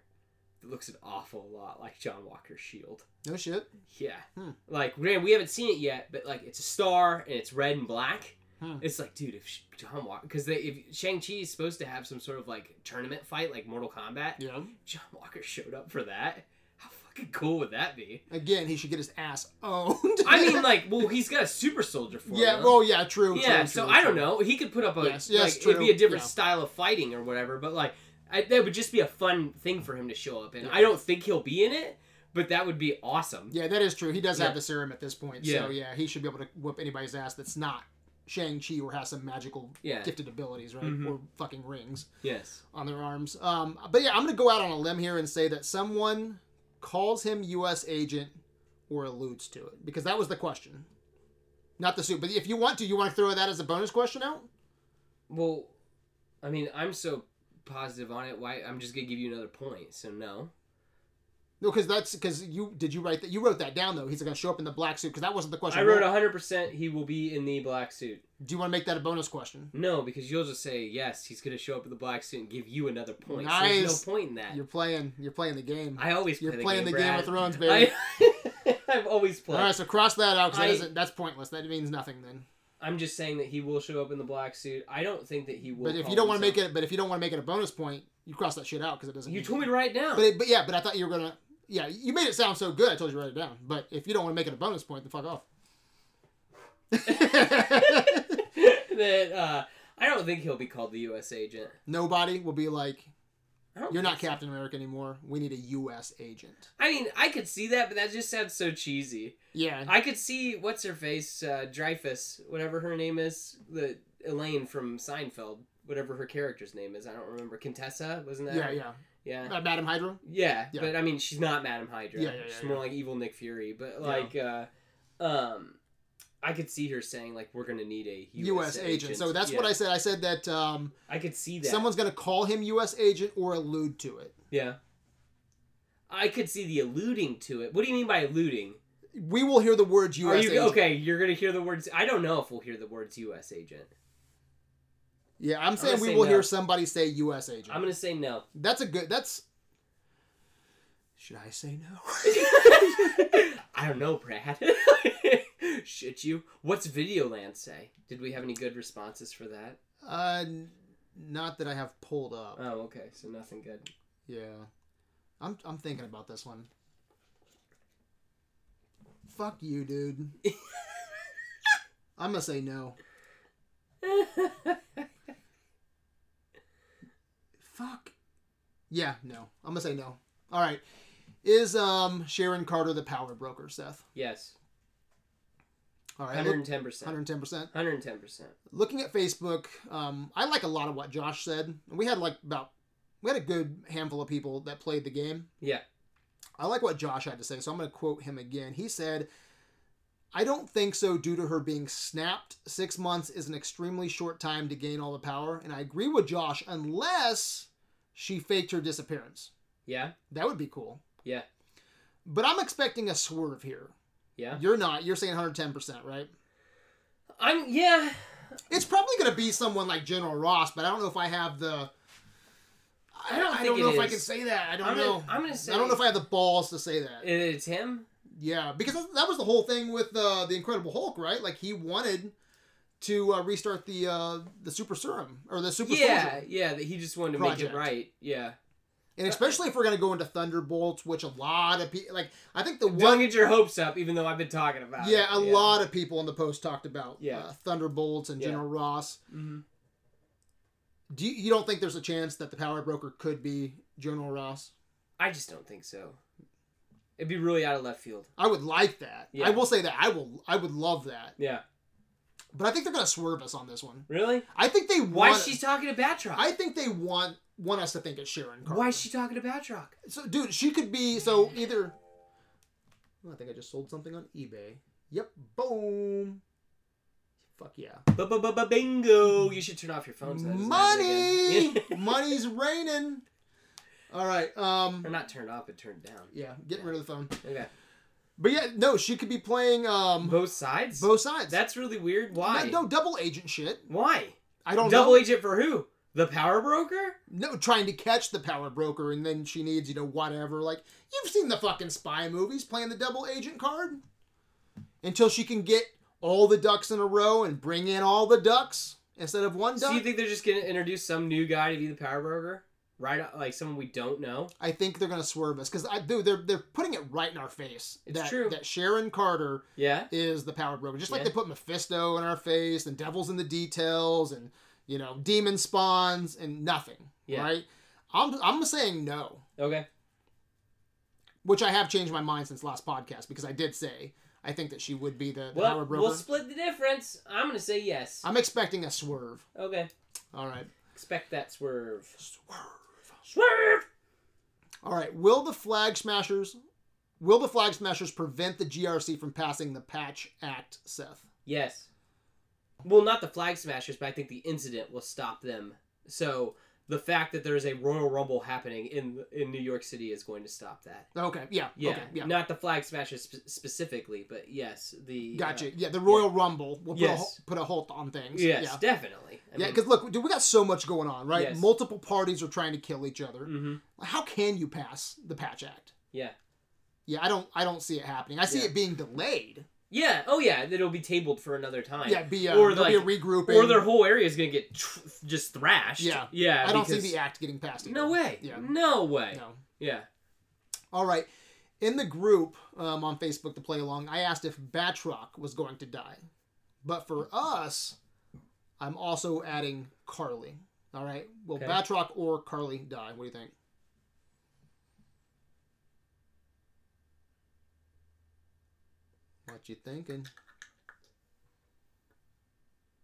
Speaker 1: that looks an awful lot like John Walker's shield.
Speaker 2: No shit.
Speaker 1: Yeah.
Speaker 2: Hmm.
Speaker 1: Like, granted, we haven't seen it yet, but like, it's a star and it's red and black.
Speaker 2: Hmm.
Speaker 1: It's like, dude, if Sh- John Walker, because if Shang Chi is supposed to have some sort of like tournament fight, like Mortal Kombat,
Speaker 2: Yeah.
Speaker 1: John Walker showed up for that. How fucking cool would that be?
Speaker 2: Again, he should get his ass owned.
Speaker 1: I mean, like, well, he's got a super soldier for
Speaker 2: yeah.
Speaker 1: him.
Speaker 2: Oh, yeah. True.
Speaker 1: yeah.
Speaker 2: true,
Speaker 1: so
Speaker 2: true,
Speaker 1: I don't
Speaker 2: true.
Speaker 1: know. He could put up a
Speaker 2: Yes, yes,
Speaker 1: like
Speaker 2: true,
Speaker 1: it'd be a different
Speaker 2: yeah.
Speaker 1: style of fighting or whatever, but like I, that would just be a fun thing for him to show up in. I don't think he'll be in it, but that would be awesome.
Speaker 2: Yeah, that is true. He does
Speaker 1: Yeah.
Speaker 2: have the serum at this point,
Speaker 1: Yeah.
Speaker 2: so yeah, he should be able to whoop anybody's ass that's not Shang Chi or has some magical
Speaker 1: Yeah.
Speaker 2: gifted abilities, right?
Speaker 1: Mhm.
Speaker 2: Or fucking rings
Speaker 1: Yes.
Speaker 2: on their arms. Um, but yeah, I'm gonna go out on a limb here and say that someone calls him U.S. agent or alludes to it because that was the question, not the suit. But if you want to, you want to throw that as a bonus question out.
Speaker 1: Well, I mean, I'm so positive on it. Why? I'm just gonna give you another point. So no.
Speaker 2: No, because that's because you did you write that you wrote that down though. He's gonna show up in the black suit because that wasn't the question.
Speaker 1: I wrote 100. percent He will be in the black suit.
Speaker 2: Do you want to make that a bonus question?
Speaker 1: No, because you'll just say yes. He's gonna show up in the black suit and give you another point. So
Speaker 2: Nice.
Speaker 1: there's no point in that.
Speaker 2: You're playing. You're playing the game.
Speaker 1: I always
Speaker 2: You're
Speaker 1: play the
Speaker 2: playing
Speaker 1: game,
Speaker 2: the Game
Speaker 1: Brad.
Speaker 2: of Thrones, baby.
Speaker 1: I, I've always played.
Speaker 2: All right, so cross that out
Speaker 1: I-
Speaker 2: because that not that's pointless. That means nothing then.
Speaker 1: I'm just saying that he will show up in the black suit. I don't think that he will.
Speaker 2: But if
Speaker 1: call
Speaker 2: you don't want to make
Speaker 1: himself-
Speaker 2: it, but if you don't want to make it a bonus point, You cross that shit out because it doesn't.
Speaker 1: You
Speaker 2: mean-
Speaker 1: told me to write it down.
Speaker 2: But, it, but yeah, but I thought you were gonna. Yeah, you made it sound so good. I told you to write it down. But if you don't want to make it a bonus point, then fuck off.
Speaker 1: that uh, I don't think he'll be called the U.S. agent.
Speaker 2: Nobody will be like,
Speaker 1: I don't
Speaker 2: "You're not
Speaker 1: think
Speaker 2: Captain America anymore. We need a U.S. agent."
Speaker 1: I mean, I could see that, but that just sounds so cheesy.
Speaker 2: Yeah,
Speaker 1: I could see what's her face, uh, Dreyfus, whatever her name is, the Elaine from Seinfeld, whatever her character's name is. I don't remember. Contessa, wasn't that?
Speaker 2: yeah,
Speaker 1: her?
Speaker 2: yeah.
Speaker 1: yeah.
Speaker 2: Uh, Madam Hydra.
Speaker 1: Yeah,
Speaker 2: Yeah.
Speaker 1: but I mean, she's not Madam Hydra.
Speaker 2: Yeah, yeah, yeah,
Speaker 1: she's
Speaker 2: yeah.
Speaker 1: more like evil Nick Fury. But like, uh, um, I could see her saying like, "We're gonna need a
Speaker 2: U.S.
Speaker 1: U.S.
Speaker 2: agent. So that's what
Speaker 1: Yeah.
Speaker 2: I said. I said that um,
Speaker 1: I could see that.
Speaker 2: someone's gonna call him U.S. agent or allude to it.
Speaker 1: Yeah. I could see the alluding to it. What do you mean by alluding?
Speaker 2: We will hear the words
Speaker 1: Are
Speaker 2: U.S.
Speaker 1: you
Speaker 2: agent.
Speaker 1: okay? You're gonna hear the words. I don't know if we'll hear the words U.S. agent.
Speaker 2: Yeah, I'm saying
Speaker 1: gonna
Speaker 2: we
Speaker 1: say
Speaker 2: will
Speaker 1: no.
Speaker 2: hear somebody say U.S. agent.
Speaker 1: I'm gonna say no.
Speaker 2: That's a good. That's. Should I say no?
Speaker 1: I don't know, Brad. Should you? What's Videoland say? Did we have any good responses for that?
Speaker 2: uh, n- not that I have pulled up.
Speaker 1: Oh, okay. So nothing good.
Speaker 2: Yeah. I'm I'm thinking about this one. Fuck you, dude. I'm gonna say no. Fuck. Yeah, no. I'm gonna say no. All right. Is um Sharon Carter the power broker, Seth?
Speaker 1: yes,
Speaker 2: All right. I looked-
Speaker 1: 110 percent.
Speaker 2: 110%.
Speaker 1: 110 percent.
Speaker 2: Looking at Facebook, um, I like a lot of what Josh said. We had like about we had a good handful of people that played the game.
Speaker 1: Yeah.
Speaker 2: I like what Josh had to say, so I'm going to quote him again. He said, I don't think so due to her being snapped. Six months is an extremely short time to gain all the power, and I agree with Josh unless she faked her disappearance.
Speaker 1: Yeah.
Speaker 2: That would be cool.
Speaker 1: Yeah.
Speaker 2: But I'm expecting a swerve here.
Speaker 1: Yeah.
Speaker 2: You're not. You're saying 110%, right?
Speaker 1: I'm. Yeah.
Speaker 2: It's probably going to be someone like General Ross, but I don't know if I have the. I
Speaker 1: I don't
Speaker 2: don't, I
Speaker 1: think
Speaker 2: don't
Speaker 1: it
Speaker 2: know if I
Speaker 1: is.
Speaker 2: can say that. I don't
Speaker 1: I'm
Speaker 2: know.
Speaker 1: Gonna, I'm gonna say.
Speaker 2: I don't know if I have the balls to say that.
Speaker 1: It's him.
Speaker 2: Yeah, because that that was the whole thing with uh, the Incredible Hulk, right? Like he wanted to uh, restart the uh, the super serum or the super
Speaker 1: yeah.
Speaker 2: soldier,
Speaker 1: Yeah. That he just wanted to make
Speaker 2: Project.
Speaker 1: it right. Yeah.
Speaker 2: and especially if we're gonna go into Thunderbolts, which a lot of people like. I think the
Speaker 1: Don't
Speaker 2: one,
Speaker 1: get your hopes up, even though I've been talking about
Speaker 2: yeah,
Speaker 1: it.
Speaker 2: a lot of people in the post talked about
Speaker 1: Yeah.
Speaker 2: uh, Thunderbolts and
Speaker 1: Yeah.
Speaker 2: General Ross.
Speaker 1: Mhm.
Speaker 2: Do you, you don't think there's a chance that the Power Broker could be General Ross?
Speaker 1: I just don't think so. It'd be really out of left field.
Speaker 2: I would like that.
Speaker 1: Yeah.
Speaker 2: I will say that I will. I would love that.
Speaker 1: Yeah.
Speaker 2: But I think they're gonna swerve us on this one.
Speaker 1: Really?
Speaker 2: I think they
Speaker 1: Why
Speaker 2: want.
Speaker 1: is she talking to Batroc?
Speaker 2: I think they want want us to think it's Sharon Carter.
Speaker 1: Why is she talking to Batroc?
Speaker 2: So, dude, she could be so either. Oh, I think I just sold something on eBay. Yep, boom. Fuck yeah!
Speaker 1: Bingo! You should turn off your phones. That doesn't happen
Speaker 2: Money,
Speaker 1: again.
Speaker 2: money's raining. All right,
Speaker 1: or
Speaker 2: um,
Speaker 1: not turned off, but turned down.
Speaker 2: yeah, getting rid of the phone.
Speaker 1: Okay.
Speaker 2: But yeah, no, she could be playing um
Speaker 1: Both sides.
Speaker 2: both sides.
Speaker 1: That's really weird. Why?
Speaker 2: no, no double agent shit.
Speaker 1: Why?
Speaker 2: I don't
Speaker 1: Double
Speaker 2: know.
Speaker 1: agent for who? The power broker?
Speaker 2: No, trying to catch the power broker, and then she needs you know whatever. Like you've seen the fucking spy movies, playing the double agent card until she can get all the ducks in a row and bring in all the ducks instead of one duck.
Speaker 1: So you think they're just gonna introduce some new guy to be the power broker? Right? o- Like someone we don't know.
Speaker 2: I think they're gonna swerve us because I do. They're they're putting it right in our face.
Speaker 1: It's
Speaker 2: that,
Speaker 1: true.
Speaker 2: that Sharon Carter
Speaker 1: Yeah.
Speaker 2: is the power broker, just like
Speaker 1: Yeah.
Speaker 2: they put Mephisto in our face and devils in the details and you know demon spawns and nothing.
Speaker 1: Yeah.
Speaker 2: Right? I'm I'm saying no.
Speaker 1: Okay.
Speaker 2: which I have changed my mind since last podcast because I did say I think that she would be the, the power
Speaker 1: Well,
Speaker 2: broker.
Speaker 1: we'll split the difference. I'm gonna say yes.
Speaker 2: I'm expecting a swerve.
Speaker 1: Okay.
Speaker 2: All right.
Speaker 1: Expect that swerve.
Speaker 2: Swerve.
Speaker 1: Swerve.
Speaker 2: All right. Will the flag smashers will the flag smashers prevent the GRC from passing the patch act, Seth?
Speaker 1: Yes. Well, not the flag smashers, but I think the incident will stop them. So the fact that there is a Royal Rumble happening in in New York City is going to stop that.
Speaker 2: Okay. Yeah.
Speaker 1: Yeah,
Speaker 2: Okay. Yeah.
Speaker 1: not the flag smashers spe- specifically, but yes, the
Speaker 2: Gotcha.
Speaker 1: uh,
Speaker 2: Yeah, the Royal Rumble will put, a,
Speaker 1: Yes.
Speaker 2: hol- put a halt on things.
Speaker 1: yes,
Speaker 2: Yeah.
Speaker 1: definitely. I
Speaker 2: Yeah,
Speaker 1: mean,
Speaker 2: because look, dude, we got so much going on, right?
Speaker 1: Yes.
Speaker 2: Multiple parties are trying to kill each other.
Speaker 1: mhm,
Speaker 2: How can you pass the Patch Act?
Speaker 1: yeah,
Speaker 2: Yeah, I don't, I don't see it happening. I see
Speaker 1: Yeah.
Speaker 2: it being delayed.
Speaker 1: Yeah. Oh, yeah. It'll be tabled for another time.
Speaker 2: Yeah, be a,
Speaker 1: or
Speaker 2: there'll
Speaker 1: like,
Speaker 2: be a regrouping.
Speaker 1: or their whole area is gonna get tr- just thrashed.
Speaker 2: Yeah.
Speaker 1: Yeah.
Speaker 2: I don't
Speaker 1: because-
Speaker 2: see the act getting passed. either.
Speaker 1: No way.
Speaker 2: Yeah.
Speaker 1: No way.
Speaker 2: No.
Speaker 1: Yeah.
Speaker 2: All right. In the group um, on Facebook to play along, I asked if Batroc was going to die. But for us, I'm also adding Carly. All right. Will
Speaker 1: Okay.
Speaker 2: Batroc or Carly die? What do you think? What you thinking?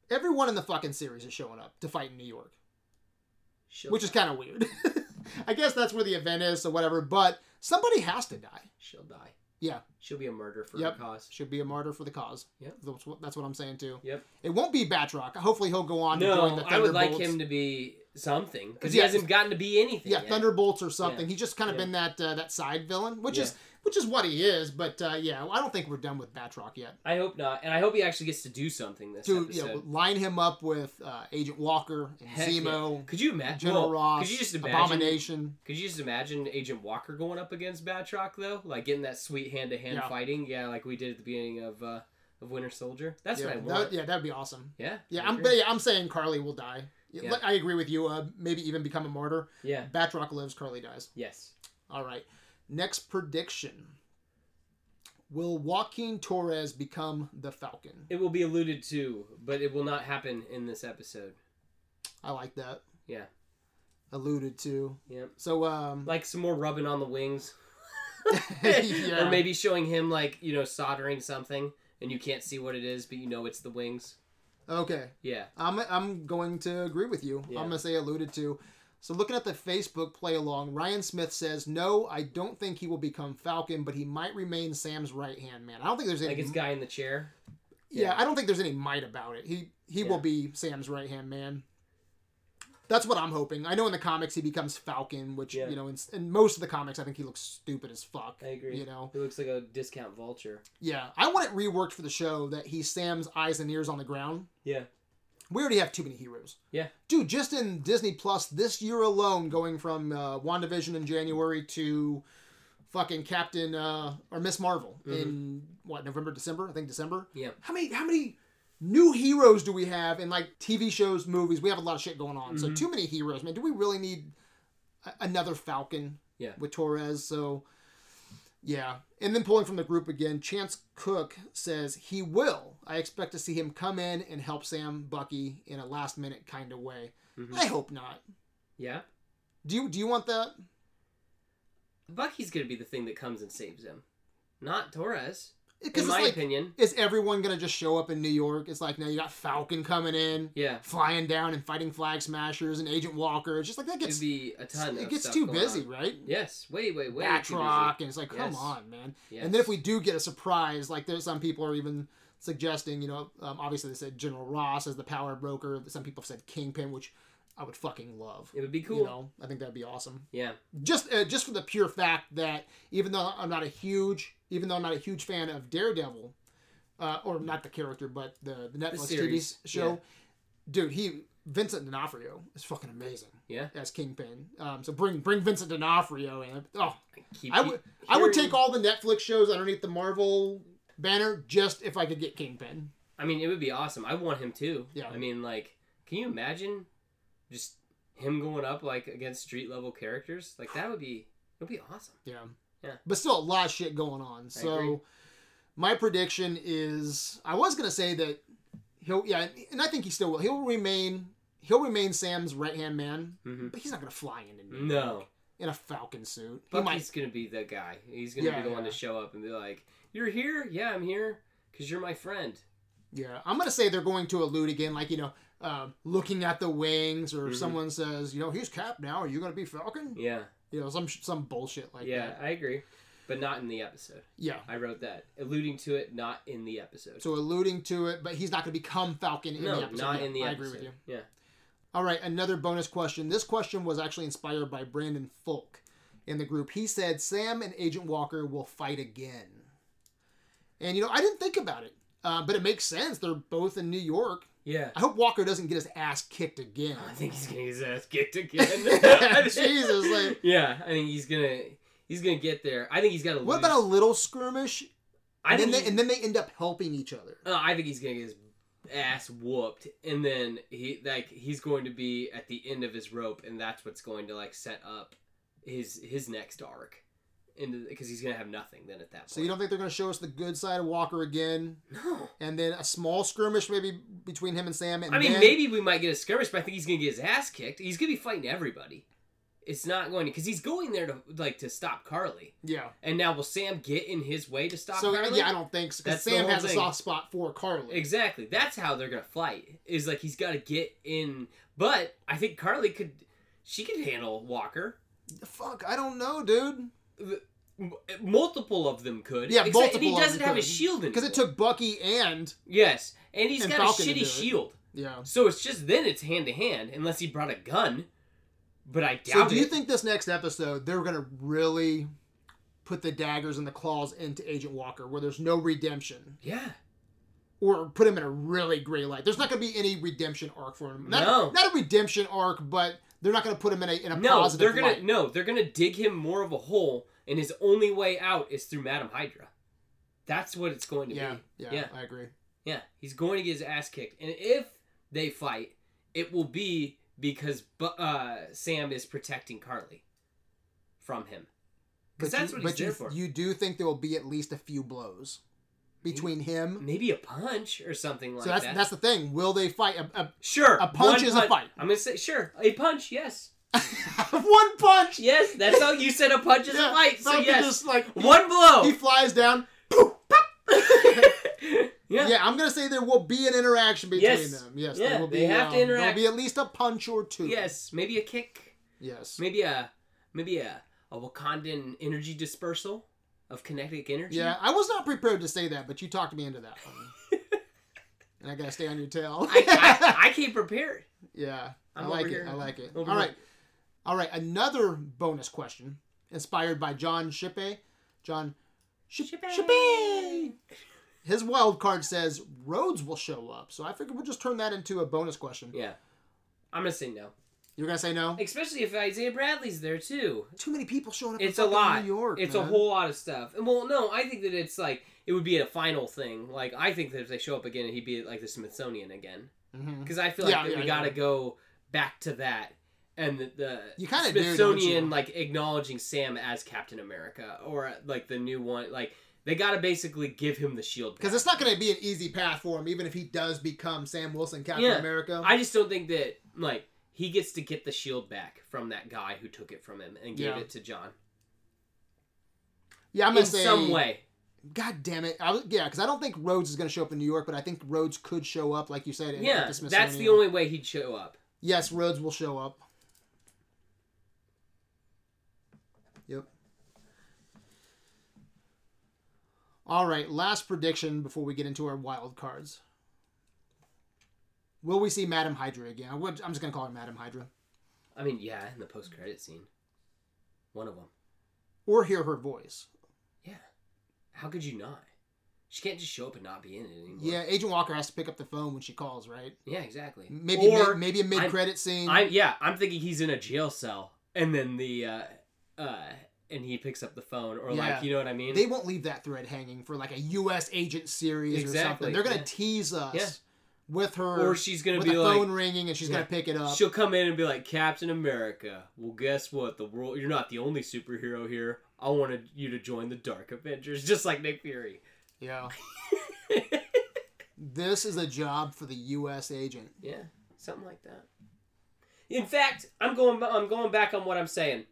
Speaker 2: Everyone in the fucking series is showing up to fight in New York
Speaker 1: She'll
Speaker 2: which is
Speaker 1: die.
Speaker 2: kind of weird. I guess that's where the event is, so whatever. But somebody has to die.
Speaker 1: she'll die.
Speaker 2: Yeah.
Speaker 1: She'll be a murderer for
Speaker 2: Yep.
Speaker 1: her cause.
Speaker 2: Should be a martyr for the cause.
Speaker 1: Yep.
Speaker 2: That's what, that's what I'm saying too.
Speaker 1: Yep.
Speaker 2: It won't be Batroc. Hopefully he'll go on. to join
Speaker 1: No,
Speaker 2: the
Speaker 1: I would like
Speaker 2: Thunderbolts.
Speaker 1: him to be something because
Speaker 2: Yeah.
Speaker 1: he hasn't gotten to be anything.
Speaker 2: Yeah,
Speaker 1: yet.
Speaker 2: Thunderbolts or something.
Speaker 1: Yeah.
Speaker 2: He's just kind of
Speaker 1: Yeah.
Speaker 2: been that uh, that side villain, which is which is what he is. But uh, yeah, I don't think we're done with Batroc yet.
Speaker 1: I hope not, and I hope he actually gets to do something this
Speaker 2: Dude,
Speaker 1: episode.
Speaker 2: you know, line him up with uh, Agent Walker and
Speaker 1: Heck yeah.
Speaker 2: Zemo,
Speaker 1: Could you imagine?
Speaker 2: General Ross,
Speaker 1: Could you just imagine?
Speaker 2: Abomination.
Speaker 1: Could you just imagine Agent Walker going up against Batroc though, like getting that sweet hand to hand
Speaker 2: Yeah.
Speaker 1: fighting? Yeah, like we did at the beginning of uh, of Winter Soldier. That's
Speaker 2: yeah,
Speaker 1: what I
Speaker 2: that-
Speaker 1: want.
Speaker 2: yeah, that'd be awesome.
Speaker 1: yeah,
Speaker 2: Yeah,
Speaker 1: I
Speaker 2: I'm, but
Speaker 1: agree.
Speaker 2: yeah, I'm saying Carly will die. Yeah,
Speaker 1: Yeah.
Speaker 2: I agree with you. Uh, maybe even become a martyr.
Speaker 1: yeah.
Speaker 2: Batroc lives, Carly dies.
Speaker 1: Yes.
Speaker 2: All right. Next prediction. Will Joaquin Torres become the Falcon?
Speaker 1: It will be alluded to, but it will not happen in this episode.
Speaker 2: I like that.
Speaker 1: Yeah.
Speaker 2: Alluded to.
Speaker 1: Yep.
Speaker 2: So, um,
Speaker 1: Like some more rubbing on the wings,
Speaker 2: yeah.
Speaker 1: or maybe showing him like you know soldering something, and you can't see what it is, but you know it's the wings.
Speaker 2: Okay.
Speaker 1: Yeah.
Speaker 2: I'm, I'm going to agree with you.
Speaker 1: Yeah.
Speaker 2: I'm going to say alluded to. So, looking at the Facebook play along, Ryan Smith says, No, I don't think he will become Falcon, but he might remain Sam's right hand man. I don't think there's any.
Speaker 1: Like it's guy in the chair.
Speaker 2: yeah,
Speaker 1: yeah.
Speaker 2: I don't think there's any might about it. He he
Speaker 1: Yeah.
Speaker 2: will be Sam's right hand man. That's what I'm hoping. I know in the comics he becomes Falcon, which
Speaker 1: Yeah.
Speaker 2: you know, in, in most of the comics, I think he looks stupid as fuck.
Speaker 1: I agree.
Speaker 2: You know,
Speaker 1: He looks like a discount vulture.
Speaker 2: yeah, I want it reworked for the show that he's Sam's eyes and ears on the ground.
Speaker 1: Yeah.
Speaker 2: We already have too many heroes.
Speaker 1: Yeah.
Speaker 2: dude, just in Disney Plus this year alone, going from uh, WandaVision in January to fucking Captain uh, or Miss Marvel
Speaker 1: Mm-hmm.
Speaker 2: in what November, December? I think December.
Speaker 1: Yeah.
Speaker 2: How many how many new heroes do we have in like TV shows, movies? We have a lot of shit going on. So
Speaker 1: Mhm.
Speaker 2: too many heroes, man. Do we really need a- another Falcon?
Speaker 1: Yeah.
Speaker 2: With Torres, so yeah. And then pulling from the group again, Chance Cook says he will. I expect to see him come in and help Sam Bucky in a last minute kind of way.
Speaker 1: Mhm.
Speaker 2: I hope not.
Speaker 1: Yeah.
Speaker 2: Do you do you want that?
Speaker 1: Bucky's gonna be the thing that comes and saves him, not Torres.
Speaker 2: Because
Speaker 1: In
Speaker 2: it's
Speaker 1: my
Speaker 2: like,
Speaker 1: opinion,
Speaker 2: is everyone gonna just show up in New York? It's like now you got Falcon coming in.
Speaker 1: yeah,
Speaker 2: flying down and fighting flag smashers and Agent Walker. It's just like that
Speaker 1: it'd
Speaker 2: gets
Speaker 1: be a ton.
Speaker 2: it
Speaker 1: of
Speaker 2: gets
Speaker 1: stuff
Speaker 2: too
Speaker 1: going
Speaker 2: busy,
Speaker 1: on.
Speaker 2: right?
Speaker 1: Yes, way, way, way too
Speaker 2: Batroc,
Speaker 1: busy.
Speaker 2: and it's like, come
Speaker 1: Yes.
Speaker 2: on, man.
Speaker 1: Yes.
Speaker 2: And then if we do get a surprise, like there's some people are even suggesting, you know, um, obviously they said General Ross as the power broker. Some people have said Kingpin, which I would fucking love.
Speaker 1: it would be cool.
Speaker 2: You know, I think that'd be awesome.
Speaker 1: yeah,
Speaker 2: Just uh, just for the pure fact that even though I'm not a huge, even though I'm not a huge fan of Daredevil, uh, or not the character, but the the Netflix
Speaker 1: series,
Speaker 2: TV show,
Speaker 1: yeah.
Speaker 2: dude, he Vincent D'Onofrio is fucking amazing
Speaker 1: yeah.
Speaker 2: as Kingpin. Um, so bring bring Vincent D'Onofrio in. Oh,
Speaker 1: Keep,
Speaker 2: I would I would
Speaker 1: hearing-
Speaker 2: take all the Netflix shows underneath the Marvel banner just if I could get Kingpin.
Speaker 1: I mean, it would be awesome. I want him too.
Speaker 2: Yeah.
Speaker 1: I mean, like, can you imagine just him going up like against street level characters? Like that would be it would be awesome.
Speaker 2: Yeah.
Speaker 1: Yeah.
Speaker 2: But still a lot of shit going on.
Speaker 1: agree.
Speaker 2: So my prediction is I was gonna say that he'll yeah, and I think he still will. He'll remain he'll remain Sam's right hand man,
Speaker 1: hmm
Speaker 2: but he's not gonna fly into New York
Speaker 1: No,
Speaker 2: in a Falcon suit. He might
Speaker 1: Bucky's gonna be the guy. He's gonna
Speaker 2: Yeah,
Speaker 1: be the one
Speaker 2: yeah.
Speaker 1: to show up and be like, "You're here? Yeah, I'm here because you're my friend."
Speaker 2: Yeah, I'm gonna say they're going to allude again, like you know, um, looking at the wings, or
Speaker 1: Mhm.
Speaker 2: someone says, you know, he's Cap now. Are you gonna be Falcon?
Speaker 1: Yeah,
Speaker 2: You know, some some bullshit like
Speaker 1: yeah,
Speaker 2: that.
Speaker 1: I agree, but not in the episode.
Speaker 2: Yeah.
Speaker 1: I wrote that, alluding to it, not in the episode.
Speaker 2: So alluding to it, but he's not gonna become Falcon in
Speaker 1: no,
Speaker 2: the episode.
Speaker 1: not
Speaker 2: Yeah,
Speaker 1: in the
Speaker 2: I
Speaker 1: episode.
Speaker 2: agree with you.
Speaker 1: Yeah.
Speaker 2: All right, another bonus question. This question was actually inspired by Brandon Folk in the group. He said Sam and Agent Walker will fight again. And you know, I didn't think about it, uh, but it makes sense. They're both in New York.
Speaker 1: Yeah.
Speaker 2: I hope Walker doesn't get his ass kicked again.
Speaker 1: I think he's gonna get his ass kicked again.
Speaker 2: Jesus, like-
Speaker 1: Yeah, I think he's gonna he's gonna get there. I think he's got to.
Speaker 2: What about a little skirmish
Speaker 1: I
Speaker 2: and, then
Speaker 1: think
Speaker 2: they,
Speaker 1: he-
Speaker 2: and then they end up helping each other.
Speaker 1: Uh, I think he's gonna get his ass whooped, and then he like he's going to be at the end of his rope, and that's what's going to like set up his his next arc, and because he's gonna have nothing then at that point.
Speaker 2: So you don't think they're going to show us the good side of Walker again,
Speaker 1: No.
Speaker 2: and then a small skirmish maybe between him and Sam. And
Speaker 1: I mean,
Speaker 2: then-
Speaker 1: maybe we might get a skirmish, but I think he's gonna get his ass kicked. He's gonna be fighting everybody. It's not going to because he's going there to like to stop Carly,
Speaker 2: yeah.
Speaker 1: and now will Sam get in his way to stop
Speaker 2: So
Speaker 1: Carly?
Speaker 2: yeah, I don't think so, 'cause
Speaker 1: That's the
Speaker 2: Sam
Speaker 1: whole
Speaker 2: has a
Speaker 1: thing.
Speaker 2: soft spot for Carly.
Speaker 1: Exactly. That's how they're gonna fight. Is like he's got to get in. But I think Carly could. She could handle Walker.
Speaker 2: Fuck, I don't know, dude.
Speaker 1: M- multiple of them could.
Speaker 2: Yeah,
Speaker 1: Except- And
Speaker 2: multiple
Speaker 1: he
Speaker 2: of
Speaker 1: doesn't
Speaker 2: them
Speaker 1: have a
Speaker 2: could.
Speaker 1: shield
Speaker 2: Because
Speaker 1: anymore.
Speaker 2: it took Bucky and
Speaker 1: Yes, and he's
Speaker 2: And
Speaker 1: got
Speaker 2: Falcon
Speaker 1: a
Speaker 2: to do
Speaker 1: shitty
Speaker 2: it.
Speaker 1: shield.
Speaker 2: yeah.
Speaker 1: So it's just then it's hand to hand, unless he brought a gun. But I doubt
Speaker 2: So do
Speaker 1: it.
Speaker 2: you think this next episode they're gonna really put the daggers and the claws into Agent Walker, where there's no redemption,
Speaker 1: yeah.
Speaker 2: or put him in a really gray light? There's not gonna be any redemption arc for him. Not,
Speaker 1: No.
Speaker 2: not a redemption arc, but they're not gonna put him in a in a
Speaker 1: No,
Speaker 2: positive
Speaker 1: they're gonna
Speaker 2: light.
Speaker 1: no, they're gonna dig him more of a hole, and his only way out is through Madam Hydra. That's what it's going to
Speaker 2: Yeah,
Speaker 1: be.
Speaker 2: yeah,
Speaker 1: Yeah.
Speaker 2: I agree.
Speaker 1: Yeah, he's going to get his ass kicked, and if they fight, it will be because Bu- uh, Sam is protecting Carly from him. Because
Speaker 2: But
Speaker 1: that's
Speaker 2: you,
Speaker 1: what
Speaker 2: but
Speaker 1: he's
Speaker 2: you,
Speaker 1: there for.
Speaker 2: you do think there will be at least a few blows between him.
Speaker 1: Maybe a punch or something like
Speaker 2: So that's
Speaker 1: that.
Speaker 2: that's the thing. Will they fight? A, a,
Speaker 1: sure,
Speaker 2: a punch
Speaker 1: one
Speaker 2: is a fight.
Speaker 1: I'm gonna say sure, a punch. Yes,
Speaker 2: one punch.
Speaker 1: yes. That's how you said a punch is a fight. So
Speaker 2: Falcon
Speaker 1: yes, Oh.
Speaker 2: just like
Speaker 1: one blow.
Speaker 2: he flies down.
Speaker 1: yeah.
Speaker 2: Yeah, I'm gonna say there will be an interaction between
Speaker 1: Yes.
Speaker 2: them. Yes,
Speaker 1: Yeah,
Speaker 2: there will be,
Speaker 1: they have to
Speaker 2: um,
Speaker 1: interact.
Speaker 2: There'll be at least a punch or two.
Speaker 1: Yes, maybe a kick.
Speaker 2: Yes.
Speaker 1: Maybe a maybe a, a Wakandan energy dispersal of kinetic energy.
Speaker 2: Yeah, I was not prepared to say that, but you talked me into that one. and I gotta stay on your tail.
Speaker 1: I, I, I came prepared.
Speaker 2: yeah, i
Speaker 1: I'm over
Speaker 2: like it.
Speaker 1: here.
Speaker 2: I like it.
Speaker 1: Over
Speaker 2: All
Speaker 1: here.
Speaker 2: right, all right. Another bonus question, inspired by John Shippe. John Shi-
Speaker 1: Shippe.
Speaker 2: Shippe. His wild card says Rhodes will show up, so I figure we'll just turn that into a bonus question.
Speaker 1: Yeah, I'm gonna say no.
Speaker 2: You're gonna say no?
Speaker 1: Especially if Isaiah Bradley's there too.
Speaker 2: Too many people showing up. in
Speaker 1: It's a
Speaker 2: fucking
Speaker 1: lot.
Speaker 2: New York.
Speaker 1: it's a
Speaker 2: man.
Speaker 1: whole lot of stuff. And well, no, I think that it's like it would be a final thing. Like I think that if they show up again, he'd be at, like the Smithsonian again.
Speaker 2: Mhm.
Speaker 1: Because I feel like
Speaker 2: Yeah,
Speaker 1: that
Speaker 2: yeah,
Speaker 1: we
Speaker 2: yeah.
Speaker 1: gotta go back to that. And the, the
Speaker 2: You kinda do, don't
Speaker 1: Smithsonian
Speaker 2: you?
Speaker 1: like acknowledging Sam as Captain America or like the new one. Like they gotta basically give him the shield.
Speaker 2: Because
Speaker 1: back.
Speaker 2: it's not going to be an easy path for him, even if he does become Sam Wilson, Captain
Speaker 1: Yeah.
Speaker 2: America.
Speaker 1: I just don't think that like he gets to get the shield back from that guy who took it from him and gave
Speaker 2: Yeah.
Speaker 1: it to John
Speaker 2: yeah, I'm
Speaker 1: in
Speaker 2: going to say.
Speaker 1: some way.
Speaker 2: God damn it! I was, yeah, because I don't think Rhodes is going to show up in New York, but I think Rhodes could show up, like you said. at- at
Speaker 1: Yeah,
Speaker 2: Smithsonian.
Speaker 1: that's the only way he'd show up.
Speaker 2: Yes, Rhodes will show up. Yep. All right, last prediction before we get into our wild cards. Will we see Madam Hydra again? I would, I'm just going to call her Madam Hydra.
Speaker 1: I mean, yeah, in the post credit scene, one of them.
Speaker 2: Or hear her voice.
Speaker 1: Yeah, how could you not? She can't just show up and not be in it anymore.
Speaker 2: Yeah, Agent Walker has to pick up the phone when she calls, right?
Speaker 1: yeah, exactly.
Speaker 2: Maybe
Speaker 1: or
Speaker 2: ma- maybe a
Speaker 1: I'm-
Speaker 2: mid-credit scene.
Speaker 1: I yeah, I'm thinking he's in a jail cell, and then the uh, uh, and he picks up the phone, or
Speaker 2: Yeah.
Speaker 1: like you know what I mean?
Speaker 2: they won't leave that thread hanging for like a U.S. agent series or
Speaker 1: Exactly,
Speaker 2: something. They're gonna
Speaker 1: yeah.
Speaker 2: tease us
Speaker 1: Yeah.
Speaker 2: with her
Speaker 1: or she's gonna
Speaker 2: with
Speaker 1: be
Speaker 2: the
Speaker 1: like,
Speaker 2: phone ringing and she's
Speaker 1: Yeah.
Speaker 2: gonna pick it up.
Speaker 1: She'll come in and be like, Captain America. Well, guess what? The world. You're not the only superhero here. I wanted you to join the Dark Avengers, just like Nick Fury.
Speaker 2: yeah. this is a job for the U.S. agent.
Speaker 1: Yeah, something like that. In fact, I'm going. I'm going back on what I'm saying.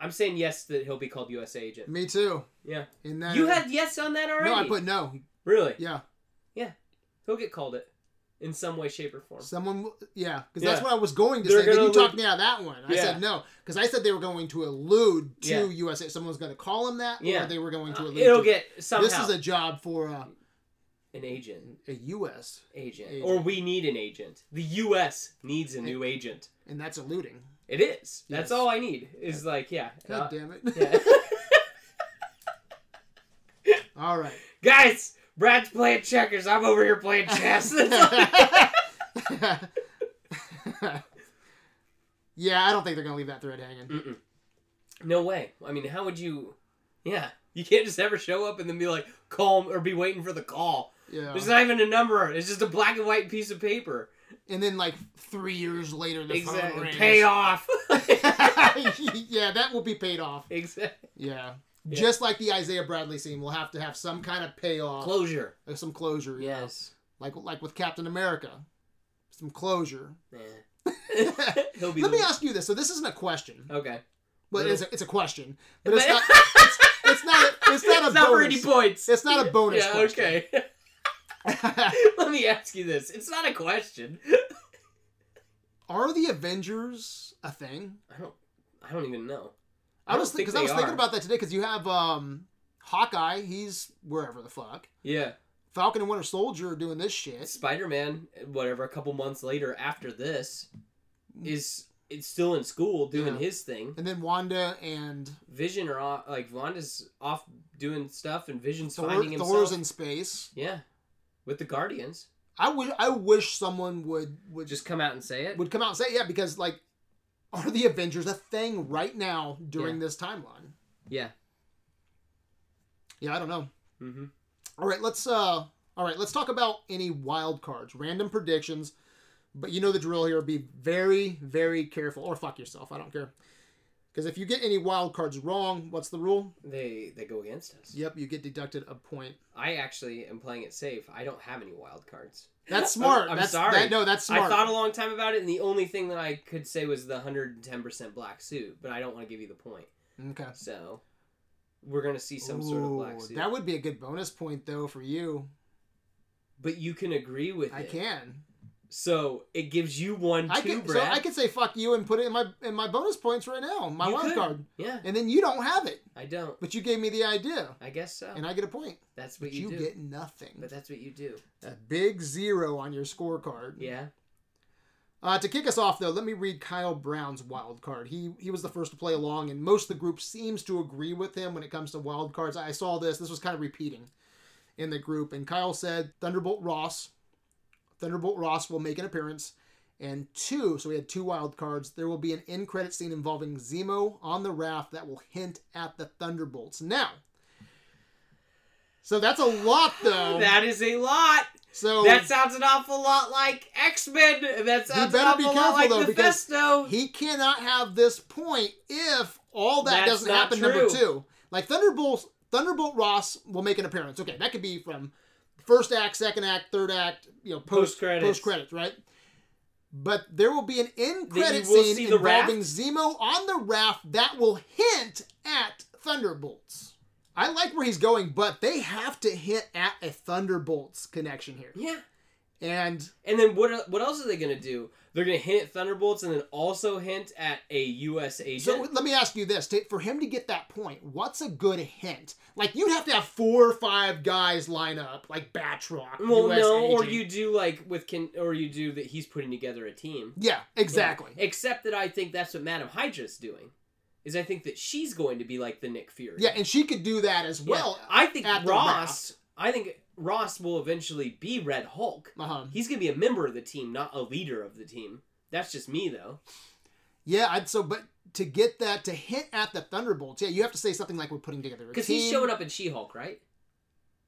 Speaker 1: I'm saying yes that he'll be called U.S. agent.
Speaker 2: Me too.
Speaker 1: Yeah.
Speaker 2: In that
Speaker 1: You had yes on that already.
Speaker 2: no, I put no.
Speaker 1: really.
Speaker 2: Yeah,
Speaker 1: He'll get called it in some way, shape, or form.
Speaker 2: someone. Yeah, because that's
Speaker 1: Yeah.
Speaker 2: what I was going to
Speaker 1: They're
Speaker 2: say. But
Speaker 1: gonna
Speaker 2: you talked
Speaker 1: allude-
Speaker 2: me out of that one. I
Speaker 1: Yeah.
Speaker 2: said no because I said they were going to allude to
Speaker 1: Yeah.
Speaker 2: U.S. Someone's gonna call him that,
Speaker 1: Yeah.
Speaker 2: or they were going to
Speaker 1: Uh,
Speaker 2: allude.
Speaker 1: it'll
Speaker 2: to
Speaker 1: get somehow
Speaker 2: This is a job for uh,
Speaker 1: an agent.
Speaker 2: a U.S.
Speaker 1: Agent.
Speaker 2: Agent.
Speaker 1: Or we need an agent. The U.S. needs a new agent.
Speaker 2: and that's alluding.
Speaker 1: It is.
Speaker 2: Yes.
Speaker 1: That's all I need. Is like, yeah.
Speaker 2: God
Speaker 1: uh,
Speaker 2: damn it!
Speaker 1: yeah.
Speaker 2: All right.
Speaker 1: Guys, Brad's playing checkers. I'm over here playing chess. That's all-
Speaker 2: yeah, I don't think they're gonna leave that thread hanging.
Speaker 1: Mm-mm. no way. I mean, how would you? Yeah, You can't just ever show up and then be like, call or be waiting for the call.
Speaker 2: Yeah.
Speaker 1: There's not even a number. It's just a black and white piece of paper.
Speaker 2: and then like three years later, the phone
Speaker 1: Exactly.
Speaker 2: rings.
Speaker 1: Pay off.
Speaker 2: yeah, that will be paid off.
Speaker 1: exactly.
Speaker 2: Yeah.
Speaker 1: Yeah.
Speaker 2: Just like the Isaiah Bradley scene, we'll have to have some kind of payoff,
Speaker 1: Closure.
Speaker 2: uh, some closure. yeah.
Speaker 1: Yes.
Speaker 2: Like like with Captain America, some closure.
Speaker 1: Yeah. He'll be.
Speaker 2: Let
Speaker 1: the-
Speaker 2: me ask you this. So this isn't a question,
Speaker 1: Okay.
Speaker 2: but it's
Speaker 1: Little-
Speaker 2: a, it's a question. But it's not it's, it's not a, it's not a
Speaker 1: It's
Speaker 2: bonus.
Speaker 1: not for any points.
Speaker 2: It's not a bonus.
Speaker 1: yeah.
Speaker 2: question.
Speaker 1: Okay. Let me ask you this. It's not a question.
Speaker 2: Are the Avengers a thing?
Speaker 1: I don't. I don't even know.
Speaker 2: I, was
Speaker 1: think
Speaker 2: because I was
Speaker 1: they
Speaker 2: thinking
Speaker 1: are.
Speaker 2: about that today because you have um Hawkeye, he's wherever the fuck.
Speaker 1: Yeah.
Speaker 2: Falcon and Winter Soldier are doing this shit.
Speaker 1: Spider Man, whatever, a couple months later after this, is it's still in school
Speaker 2: Mm.
Speaker 1: doing
Speaker 2: Yeah.
Speaker 1: his thing.
Speaker 2: And then Wanda and
Speaker 1: Vision are off, like Wanda's off doing stuff, and Vision's
Speaker 2: Thor,
Speaker 1: finding
Speaker 2: Thor's
Speaker 1: himself.
Speaker 2: in space.
Speaker 1: yeah, with the Guardians,
Speaker 2: I wish I wish someone would would
Speaker 1: just come out and say it.
Speaker 2: would come out and say yeah because like are the Avengers a thing right now during
Speaker 1: Yeah.
Speaker 2: this timeline?
Speaker 1: Yeah.
Speaker 2: Yeah, I don't know.
Speaker 1: Mm-hmm.
Speaker 2: All right, let's uh all right, let's talk about any wild cards, random predictions. But you know the drill here, be very very careful or fuck yourself, I don't care. Cuz if you get any wild cards wrong, what's the rule?
Speaker 1: They they go against us.
Speaker 2: Yep, you get deducted a point.
Speaker 1: I actually am playing it safe. I don't have any wild cards.
Speaker 2: That's smart.
Speaker 1: I'm- I'm
Speaker 2: that's
Speaker 1: sorry.
Speaker 2: That, no, that's smart.
Speaker 1: I thought a long time about it, and the only thing that I could say was the hundred and ten percent black suit. But I don't want to give you the point,
Speaker 2: okay.
Speaker 1: so we're gonna see some sort of black
Speaker 2: Ooh,
Speaker 1: suit.
Speaker 2: That would be a good bonus point though for you.
Speaker 1: But you can agree with
Speaker 2: I
Speaker 1: it.
Speaker 2: can.
Speaker 1: So it gives you one
Speaker 2: I
Speaker 1: too,
Speaker 2: can. So
Speaker 1: Brad.
Speaker 2: I could say fuck you and put it in my in my bonus points right now, my
Speaker 1: You
Speaker 2: wild
Speaker 1: could.
Speaker 2: card,
Speaker 1: Yeah,
Speaker 2: and then you don't have it,
Speaker 1: I don't.
Speaker 2: but you gave me the idea,
Speaker 1: I guess so.
Speaker 2: and I get a point.
Speaker 1: that's what
Speaker 2: But
Speaker 1: Oh. you,
Speaker 2: you,
Speaker 1: do.
Speaker 2: get nothing.
Speaker 1: But that's what you do.
Speaker 2: a big zero on your scorecard.
Speaker 1: Yeah.
Speaker 2: Uh, to kick us off, though, let me read Kyle Brown's wild card. He he was the first to play along, and most of the group seems to agree with him when it comes to wild cards. I saw this. This was kind of repeating in the group, and Kyle said Thunderbolt Ross, Thunderbolt Ross will make an appearance, and two. So we had two wild cards. There will be an end credit scene involving Zemo on the raft that will hint at the Thunderbolts. Now, so that's a lot, though.
Speaker 1: That is a lot.
Speaker 2: so
Speaker 1: That sounds an awful lot like X Men. That sounds an
Speaker 2: better be
Speaker 1: awful lot
Speaker 2: careful, though,
Speaker 1: like
Speaker 2: because
Speaker 1: Mephisto.
Speaker 2: He cannot have this point if all that
Speaker 1: That's
Speaker 2: doesn't
Speaker 1: not
Speaker 2: happen. Number
Speaker 1: true.
Speaker 2: two, like Thunderbolt, Thunderbolt Ross will make an appearance. Okay, that could be from first act, second act, third act, you know, post
Speaker 1: Post-credits.
Speaker 2: post credits, right? But there will be an end
Speaker 1: Then you
Speaker 2: credit
Speaker 1: will
Speaker 2: scene
Speaker 1: see the raft?
Speaker 2: involving Zemo on the raft that will hint at Thunderbolts. I like where he's going, but they have to hint at a Thunderbolts connection here.
Speaker 1: yeah.
Speaker 2: And
Speaker 1: And then what? el- What else are they gonna do? They're gonna hint at Thunderbolts, and then also hint at a U.S. agent.
Speaker 2: So let me ask you this: to, for him to get that point, what's a good hint? Like you'd have to have four or five guys line up, like Batroc.
Speaker 1: well,
Speaker 2: US
Speaker 1: no, or
Speaker 2: agent.
Speaker 1: you do like with can, or you do that he's putting together a team.
Speaker 2: Yeah, exactly.
Speaker 1: Except that I think that's what Madame Hydra's doing. Is I think that she's going to be like the Nick Fury.
Speaker 2: Yeah, and she could do that as
Speaker 1: Yeah.
Speaker 2: well.
Speaker 1: I think
Speaker 2: at the
Speaker 1: Ross. I think Ross will eventually be Red Hulk.
Speaker 2: Uh-huh.
Speaker 1: He's gonna be a member of the team, not a leader of the team. That's just me though.
Speaker 2: Yeah, I'd so but to get that to hint at the Thunderbolts, yeah, you have to say something like we're putting together a
Speaker 1: Because
Speaker 2: team.
Speaker 1: he's showing up in She Hulk, right?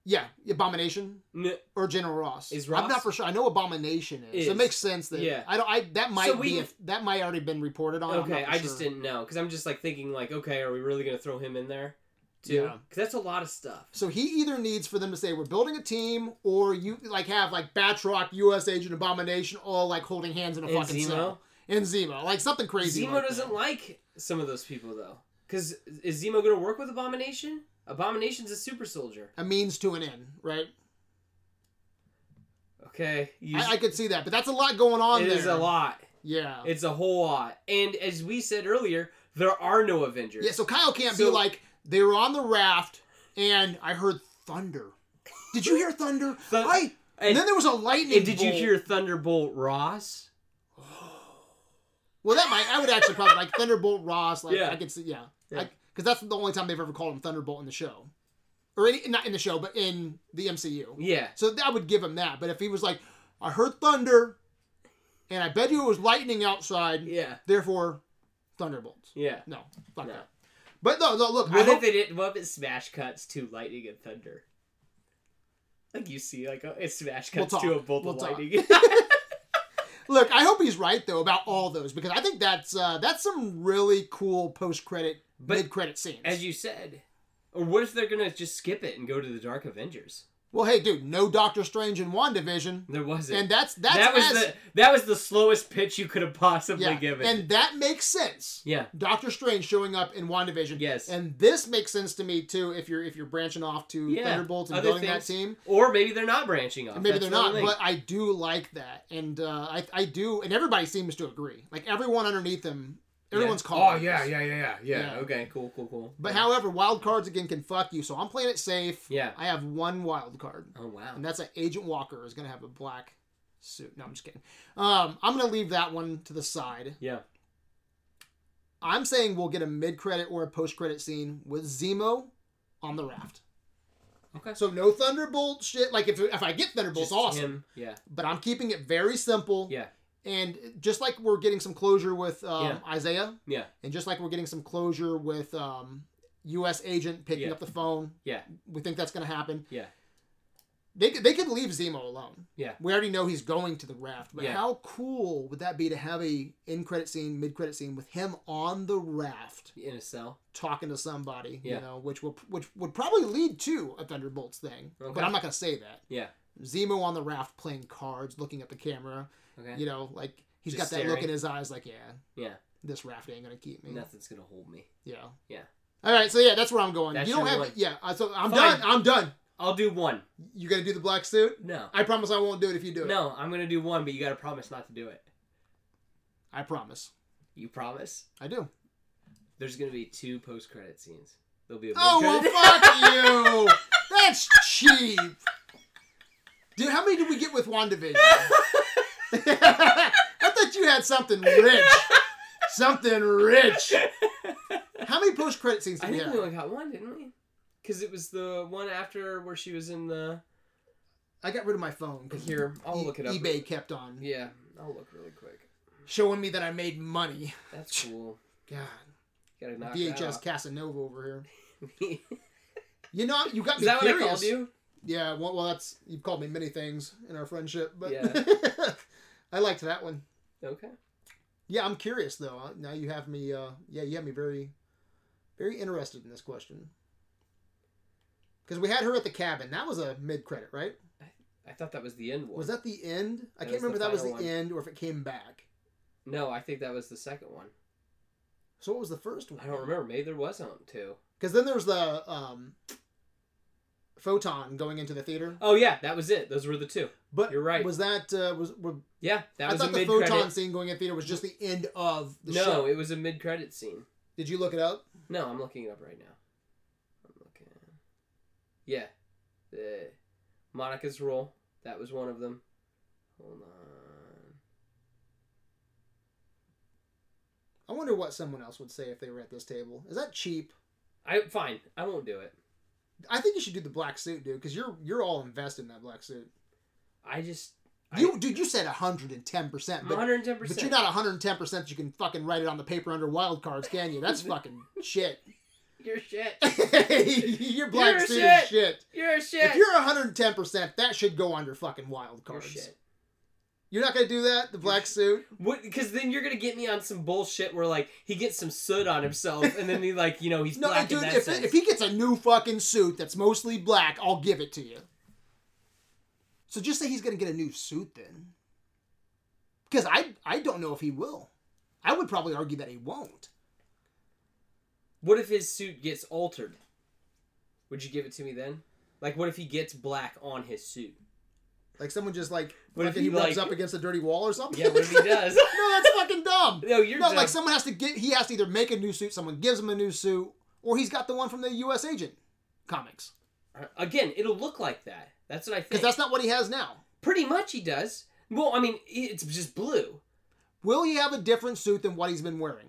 Speaker 2: Yeah, Abomination
Speaker 1: No,
Speaker 2: or General Ross.
Speaker 1: Is
Speaker 2: I'm
Speaker 1: Ross-
Speaker 2: not for sure. I know Abomination is. So it
Speaker 1: Is.
Speaker 2: makes sense that
Speaker 1: Yeah.
Speaker 2: I don't. I that might
Speaker 1: we
Speaker 2: be
Speaker 1: would-
Speaker 2: if that might already been reported on. Oh, I'm
Speaker 1: okay,
Speaker 2: not for
Speaker 1: I just
Speaker 2: sure.
Speaker 1: didn't know because I'm just like thinking like, okay, are we really gonna throw him in there? Too?
Speaker 2: Yeah.
Speaker 1: 'Cause that's a lot of stuff.
Speaker 2: So he either needs for them to say we're building a team, or you like have like Batroc, U.S. Agent, Abomination, all like holding hands in a
Speaker 1: And
Speaker 2: fucking
Speaker 1: Zemo?
Speaker 2: cell, and Zemo, like something crazy.
Speaker 1: Zemo
Speaker 2: like
Speaker 1: doesn't
Speaker 2: that.
Speaker 1: like some of those people though. Because is Zemo gonna work with Abomination? Abomination's a super soldier.
Speaker 2: a means to an end, right?
Speaker 1: Okay, you,
Speaker 2: I, I could see that, but that's a lot going on
Speaker 1: it
Speaker 2: there.
Speaker 1: is a lot.
Speaker 2: Yeah.
Speaker 1: It's a whole lot. And as we said earlier, there are no Avengers.
Speaker 2: yeah. So Kyle can't be
Speaker 1: So-
Speaker 2: like they were on the raft, and I heard thunder. Did you hear thunder?
Speaker 1: Thun-
Speaker 2: I. And
Speaker 1: Uh, and-
Speaker 2: then there was a lightning.
Speaker 1: and did you
Speaker 2: bolt.
Speaker 1: hear Thunderbolt Ross?
Speaker 2: Well, that might. I would actually probably like Thunderbolt Ross. Like
Speaker 1: Yeah.
Speaker 2: I could see. Yeah.
Speaker 1: Yeah.
Speaker 2: Because that's the only time they've ever called him Thunderbolt in the show, or any, not in the show, but in the MCU.
Speaker 1: Yeah.
Speaker 2: So that would give him that. But if he was like, I heard thunder, and I bet you it was lightning outside.
Speaker 1: Yeah.
Speaker 2: Therefore, Thunderbolts.
Speaker 1: Yeah.
Speaker 2: No, fuck
Speaker 1: No.
Speaker 2: that. But no, no, look, I
Speaker 1: What
Speaker 2: hope-
Speaker 1: if they didn't? What if it smash cuts to lightning and thunder? Like you see, like a, it smash
Speaker 2: We'll
Speaker 1: cuts to a
Speaker 2: talk.
Speaker 1: bolt
Speaker 2: We'll
Speaker 1: of
Speaker 2: talk.
Speaker 1: lightning.
Speaker 2: Look, I hope he's right though about all those because I think that's uh, that's some really cool post credit,
Speaker 1: But-
Speaker 2: mid credit scenes.
Speaker 1: As you said, or what if they're gonna just skip it and go to the Dark Avengers?
Speaker 2: well, hey, dude, no Doctor Strange in WandaVision,
Speaker 1: There wasn't.
Speaker 2: and that's that's
Speaker 1: that was
Speaker 2: as,
Speaker 1: the that was the slowest pitch you could have possibly
Speaker 2: yeah,
Speaker 1: given.
Speaker 2: and that makes sense.
Speaker 1: yeah,
Speaker 2: Doctor Strange showing up in WandaVision.
Speaker 1: Yes.
Speaker 2: and this makes sense to me too. If you're if you're branching off to
Speaker 1: Yeah,
Speaker 2: Thunderbolts and
Speaker 1: other
Speaker 2: building that
Speaker 1: things.
Speaker 2: team,
Speaker 1: Oh, or maybe they're not branching off.
Speaker 2: maybe
Speaker 1: That's
Speaker 2: they're
Speaker 1: the other
Speaker 2: not.
Speaker 1: thing.
Speaker 2: But I do like that, and uh, I I do, and everybody seems to agree. Like everyone underneath them, everyone's
Speaker 1: yeah.
Speaker 2: calling.
Speaker 1: Oh yeah, yeah, yeah, yeah, yeah.
Speaker 2: Yeah.
Speaker 1: Okay, cool, cool, cool.
Speaker 2: But however, wild cards again can fuck you. So I'm playing it safe.
Speaker 1: Yeah.
Speaker 2: I have one wild card,
Speaker 1: Oh wow.
Speaker 2: and that's an Agent Walker is gonna have a black suit. No, I'm just kidding. Um, I'm gonna leave that one to the side.
Speaker 1: Yeah.
Speaker 2: I'm saying we'll get a mid credit or a post credit scene with Zemo on the raft.
Speaker 1: Okay.
Speaker 2: So no Thunderbolt shit. Like if if I get Thunderbolt's
Speaker 1: Just
Speaker 2: awesome,
Speaker 1: him. Yeah.
Speaker 2: but I'm keeping it very simple.
Speaker 1: Yeah.
Speaker 2: And just like we're getting some closure with um,
Speaker 1: Yeah.
Speaker 2: Isaiah,
Speaker 1: Yeah.
Speaker 2: and just like we're getting some closure with um, U.S. agent picking
Speaker 1: Yeah.
Speaker 2: up the phone,
Speaker 1: Yeah.
Speaker 2: we think that's going to happen.
Speaker 1: Yeah.
Speaker 2: They could, they could leave Zemo alone.
Speaker 1: Yeah.
Speaker 2: We already know he's going to the raft, but
Speaker 1: Yeah.
Speaker 2: how cool would that be to have a in credit scene, mid credit scene with him on the raft
Speaker 1: In a cell.
Speaker 2: talking to somebody,
Speaker 1: Yeah.
Speaker 2: you know, which will which would probably lead to a Thunderbolts thing.
Speaker 1: Okay.
Speaker 2: But I'm not going to say that.
Speaker 1: Yeah.
Speaker 2: Zemo on the raft playing cards, looking at the camera,
Speaker 1: Okay.
Speaker 2: you know, like he's got
Speaker 1: Just
Speaker 2: that look
Speaker 1: staring.
Speaker 2: in his eyes like, yeah,
Speaker 1: Yeah.
Speaker 2: this raft ain't going to keep me.
Speaker 1: Nothing's gonna hold me.
Speaker 2: Yeah.
Speaker 1: Yeah.
Speaker 2: All right, so yeah, that's where I'm going.
Speaker 1: That's
Speaker 2: you don't
Speaker 1: your
Speaker 2: have
Speaker 1: one.
Speaker 2: yeah, uh, so I'm done.
Speaker 1: Fine.
Speaker 2: I'm done.
Speaker 1: I'll do one.
Speaker 2: You going to do the black suit?
Speaker 1: No.
Speaker 2: I promise I won't do it if you do it.
Speaker 1: No, I'm gonna do one, but you gotta promise not to do it.
Speaker 2: I promise.
Speaker 1: You promise?
Speaker 2: I do.
Speaker 1: There's gonna be two post credit scenes. There'll be a
Speaker 2: Oh well,
Speaker 1: mid-credit-
Speaker 2: fuck you. That's cheap, dude. How many did we get with Wandavision? I thought you had something rich, something rich. How many post credit scenes
Speaker 1: I
Speaker 2: did we
Speaker 1: think we
Speaker 2: have?
Speaker 1: only got one, didn't we? Because it was the one after where she was in the.
Speaker 2: I got rid of my phone. 'cause
Speaker 1: Here, I'll
Speaker 2: e-
Speaker 1: look it up.
Speaker 2: eBay kept on
Speaker 1: Yeah, Mm, I'll look really quick.
Speaker 2: showing me that I made money.
Speaker 1: That's cool.
Speaker 2: God,
Speaker 1: Gotta knock
Speaker 2: VHS
Speaker 1: that
Speaker 2: Casanova over here.
Speaker 1: off. Is
Speaker 2: You know, you got me
Speaker 1: that what I
Speaker 2: curious.
Speaker 1: called you?
Speaker 2: Yeah, well, well, that's you've called me many things in our friendship, but
Speaker 1: Yeah.
Speaker 2: I liked that one.
Speaker 1: Okay.
Speaker 2: Yeah, I'm curious though. Uh, Now you have me. Uh, yeah, you have me very, very interested in this question. Because we had her at the cabin. That was a mid credit, right?
Speaker 1: I thought that was the end one.
Speaker 2: Was that the end? I can't
Speaker 1: That was the
Speaker 2: remember if that was the
Speaker 1: final one.
Speaker 2: end or if it came back.
Speaker 1: No, I think that was the second one.
Speaker 2: So what was the first one?
Speaker 1: I don't remember. Maybe there wasn't two.
Speaker 2: Because then there was the um, photon going into the theater.
Speaker 1: Oh yeah, that was it. Those were the two.
Speaker 2: But
Speaker 1: you're right.
Speaker 2: Was that uh, was? Were,
Speaker 1: Yeah, that
Speaker 2: I
Speaker 1: was a
Speaker 2: thought the
Speaker 1: mid
Speaker 2: photon
Speaker 1: credit.
Speaker 2: scene going in theater was just the end of the
Speaker 1: No,
Speaker 2: show.
Speaker 1: it was a mid credit scene.
Speaker 2: Did you look it up?
Speaker 1: No, I'm looking it up right now. I'm looking. Yeah, the Monica's role. That was one of them. Hold on.
Speaker 2: I wonder what someone else would say if they were at this table. Is that cheap?
Speaker 1: I fine. I won't do it.
Speaker 2: I think you should do the black suit, dude, because you're you're all invested in that black suit.
Speaker 1: I just I-
Speaker 2: You, dude, you said 110, percent
Speaker 1: I'm
Speaker 2: but
Speaker 1: 110.
Speaker 2: but you're not 110. percent You can fucking write it on the paper under wild cards, can you? That's fucking shit.
Speaker 1: You're shit.
Speaker 2: your black
Speaker 1: You're
Speaker 2: suit
Speaker 1: shit.
Speaker 2: is shit.
Speaker 1: You're shit.
Speaker 2: If you're 110, percent that should go under fucking wild
Speaker 1: You're
Speaker 2: cards.
Speaker 1: shit.
Speaker 2: You're not gonna do that. The black suit.
Speaker 1: Because then you're gonna get me on some bullshit where like he gets some soot on himself, and then he like you know he's
Speaker 2: No,
Speaker 1: black
Speaker 2: dude.
Speaker 1: in that
Speaker 2: If,
Speaker 1: sense.
Speaker 2: if he gets a new fucking suit that's mostly black, I'll give it to you. So just say he's gonna get a new suit then, because I I don't know if he will. I would probably argue that he won't.
Speaker 1: What if his suit gets altered? Would you give it to me then? Like, what if he gets black on his suit?
Speaker 2: Like someone just like
Speaker 1: What if
Speaker 2: fucking
Speaker 1: he,
Speaker 2: he rubs
Speaker 1: like-
Speaker 2: up against a dirty wall or something.
Speaker 1: Yeah, what if he does?
Speaker 2: no, that's fucking dumb.
Speaker 1: no, you're
Speaker 2: no,
Speaker 1: done.
Speaker 2: like someone has to get. He has to either make a new suit. Someone gives him a new suit, or he's got the one from the U.S. Agent comics
Speaker 1: again. It'll look like that. That's what I
Speaker 2: because
Speaker 1: think.
Speaker 2: that's not what he has now.
Speaker 1: Pretty much, he does. Well, I mean, it's just blue.
Speaker 2: Will he have a different suit than what he's been wearing?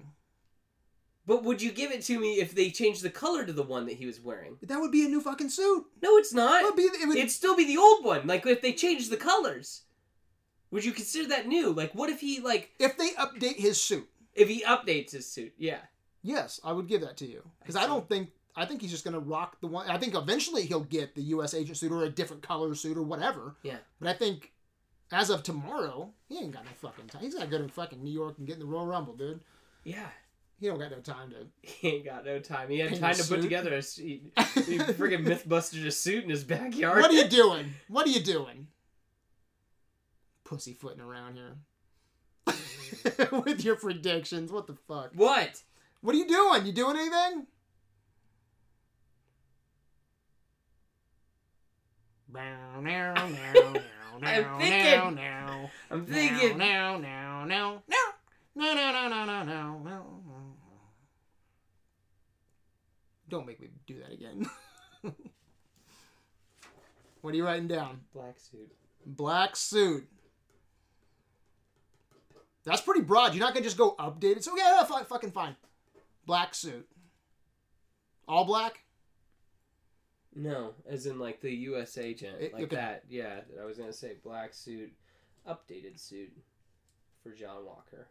Speaker 1: But would you give it to me if they changed the color to the one that he was wearing?
Speaker 2: That would be a new fucking suit.
Speaker 1: No, it's
Speaker 2: That
Speaker 1: not.
Speaker 2: would be. It would,
Speaker 1: It'd still be the old one. Like if they changed the colors, would you consider that new? Like, what if he like
Speaker 2: if they update his suit,
Speaker 1: if he updates his suit? Yeah.
Speaker 2: Yes, I would give that to you because
Speaker 1: I
Speaker 2: I,
Speaker 1: see.
Speaker 2: don't think I think he's just gonna rock the one. I think eventually he'll get the U.S. agent suit or a different color suit or whatever.
Speaker 1: Yeah.
Speaker 2: But I think as of tomorrow, he ain't got no fucking time. He's gotta go to fucking New York and get in the Royal Rumble, dude.
Speaker 1: Yeah.
Speaker 2: He don't got no time to.
Speaker 1: He ain't got no time. He had
Speaker 2: Paint
Speaker 1: time
Speaker 2: a
Speaker 1: to put
Speaker 2: suit.
Speaker 1: together a s- he, he friggin' mythbusted a suit in his backyard.
Speaker 2: What are you doing? What are you doing? Pussyfooting around here with your predictions. What the fuck?
Speaker 1: What?
Speaker 2: What are you doing? You doing anything?
Speaker 1: I'm thinking.
Speaker 2: Now,
Speaker 1: I'm thinking.
Speaker 2: Now, now, now, now. No, no, no, no, no, no, no. Don't make me do that again. what are you writing down?
Speaker 1: Black suit.
Speaker 2: Black suit. That's pretty broad. You're not gonna just go updated. So yeah, yeah fine, fucking fine. Black suit. All black.
Speaker 1: No, as in like the U.S. agent,
Speaker 2: It-
Speaker 1: like
Speaker 2: okay.
Speaker 1: that. Yeah, I was gonna say black suit, updated suit for John Walker.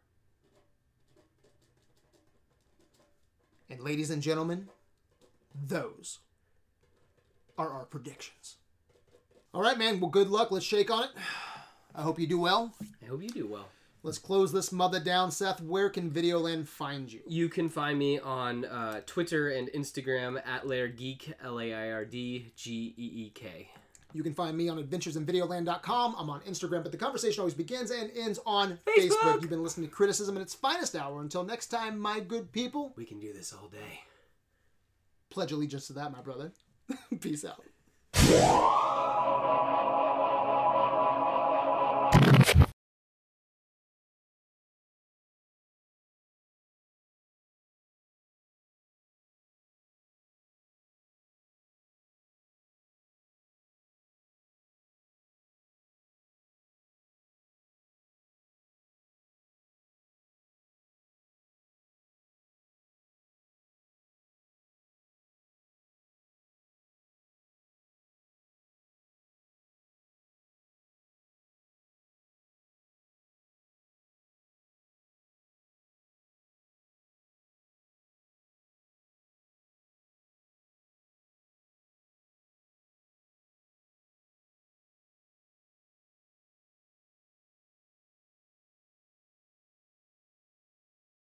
Speaker 2: And ladies and gentlemen, those are our predictions. All right, man. Well, good luck. Let's shake on it. I hope you do well.
Speaker 1: I hope you do well.
Speaker 2: Let's close this mother down, Seth. Where can Videoland find you?
Speaker 1: You can find me on uh, Twitter and Instagram at Laird Geek L A I R D G E E K.
Speaker 2: You can find me on adventuresinvideoland.com. I'm on Instagram, but the conversation always begins and ends on
Speaker 1: Facebook.
Speaker 2: Facebook. You've been listening to Criticism in its finest hour. Until next time, my good people,
Speaker 1: We can do this all day.
Speaker 2: pledge allegiance to that, my brother. Peace out.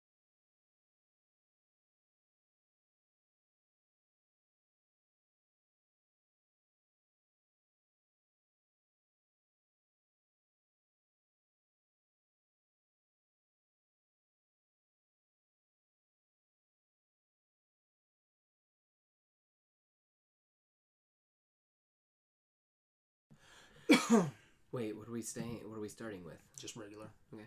Speaker 1: Wait, what are we staying? What are we starting with?
Speaker 2: Just regular.
Speaker 1: Okay.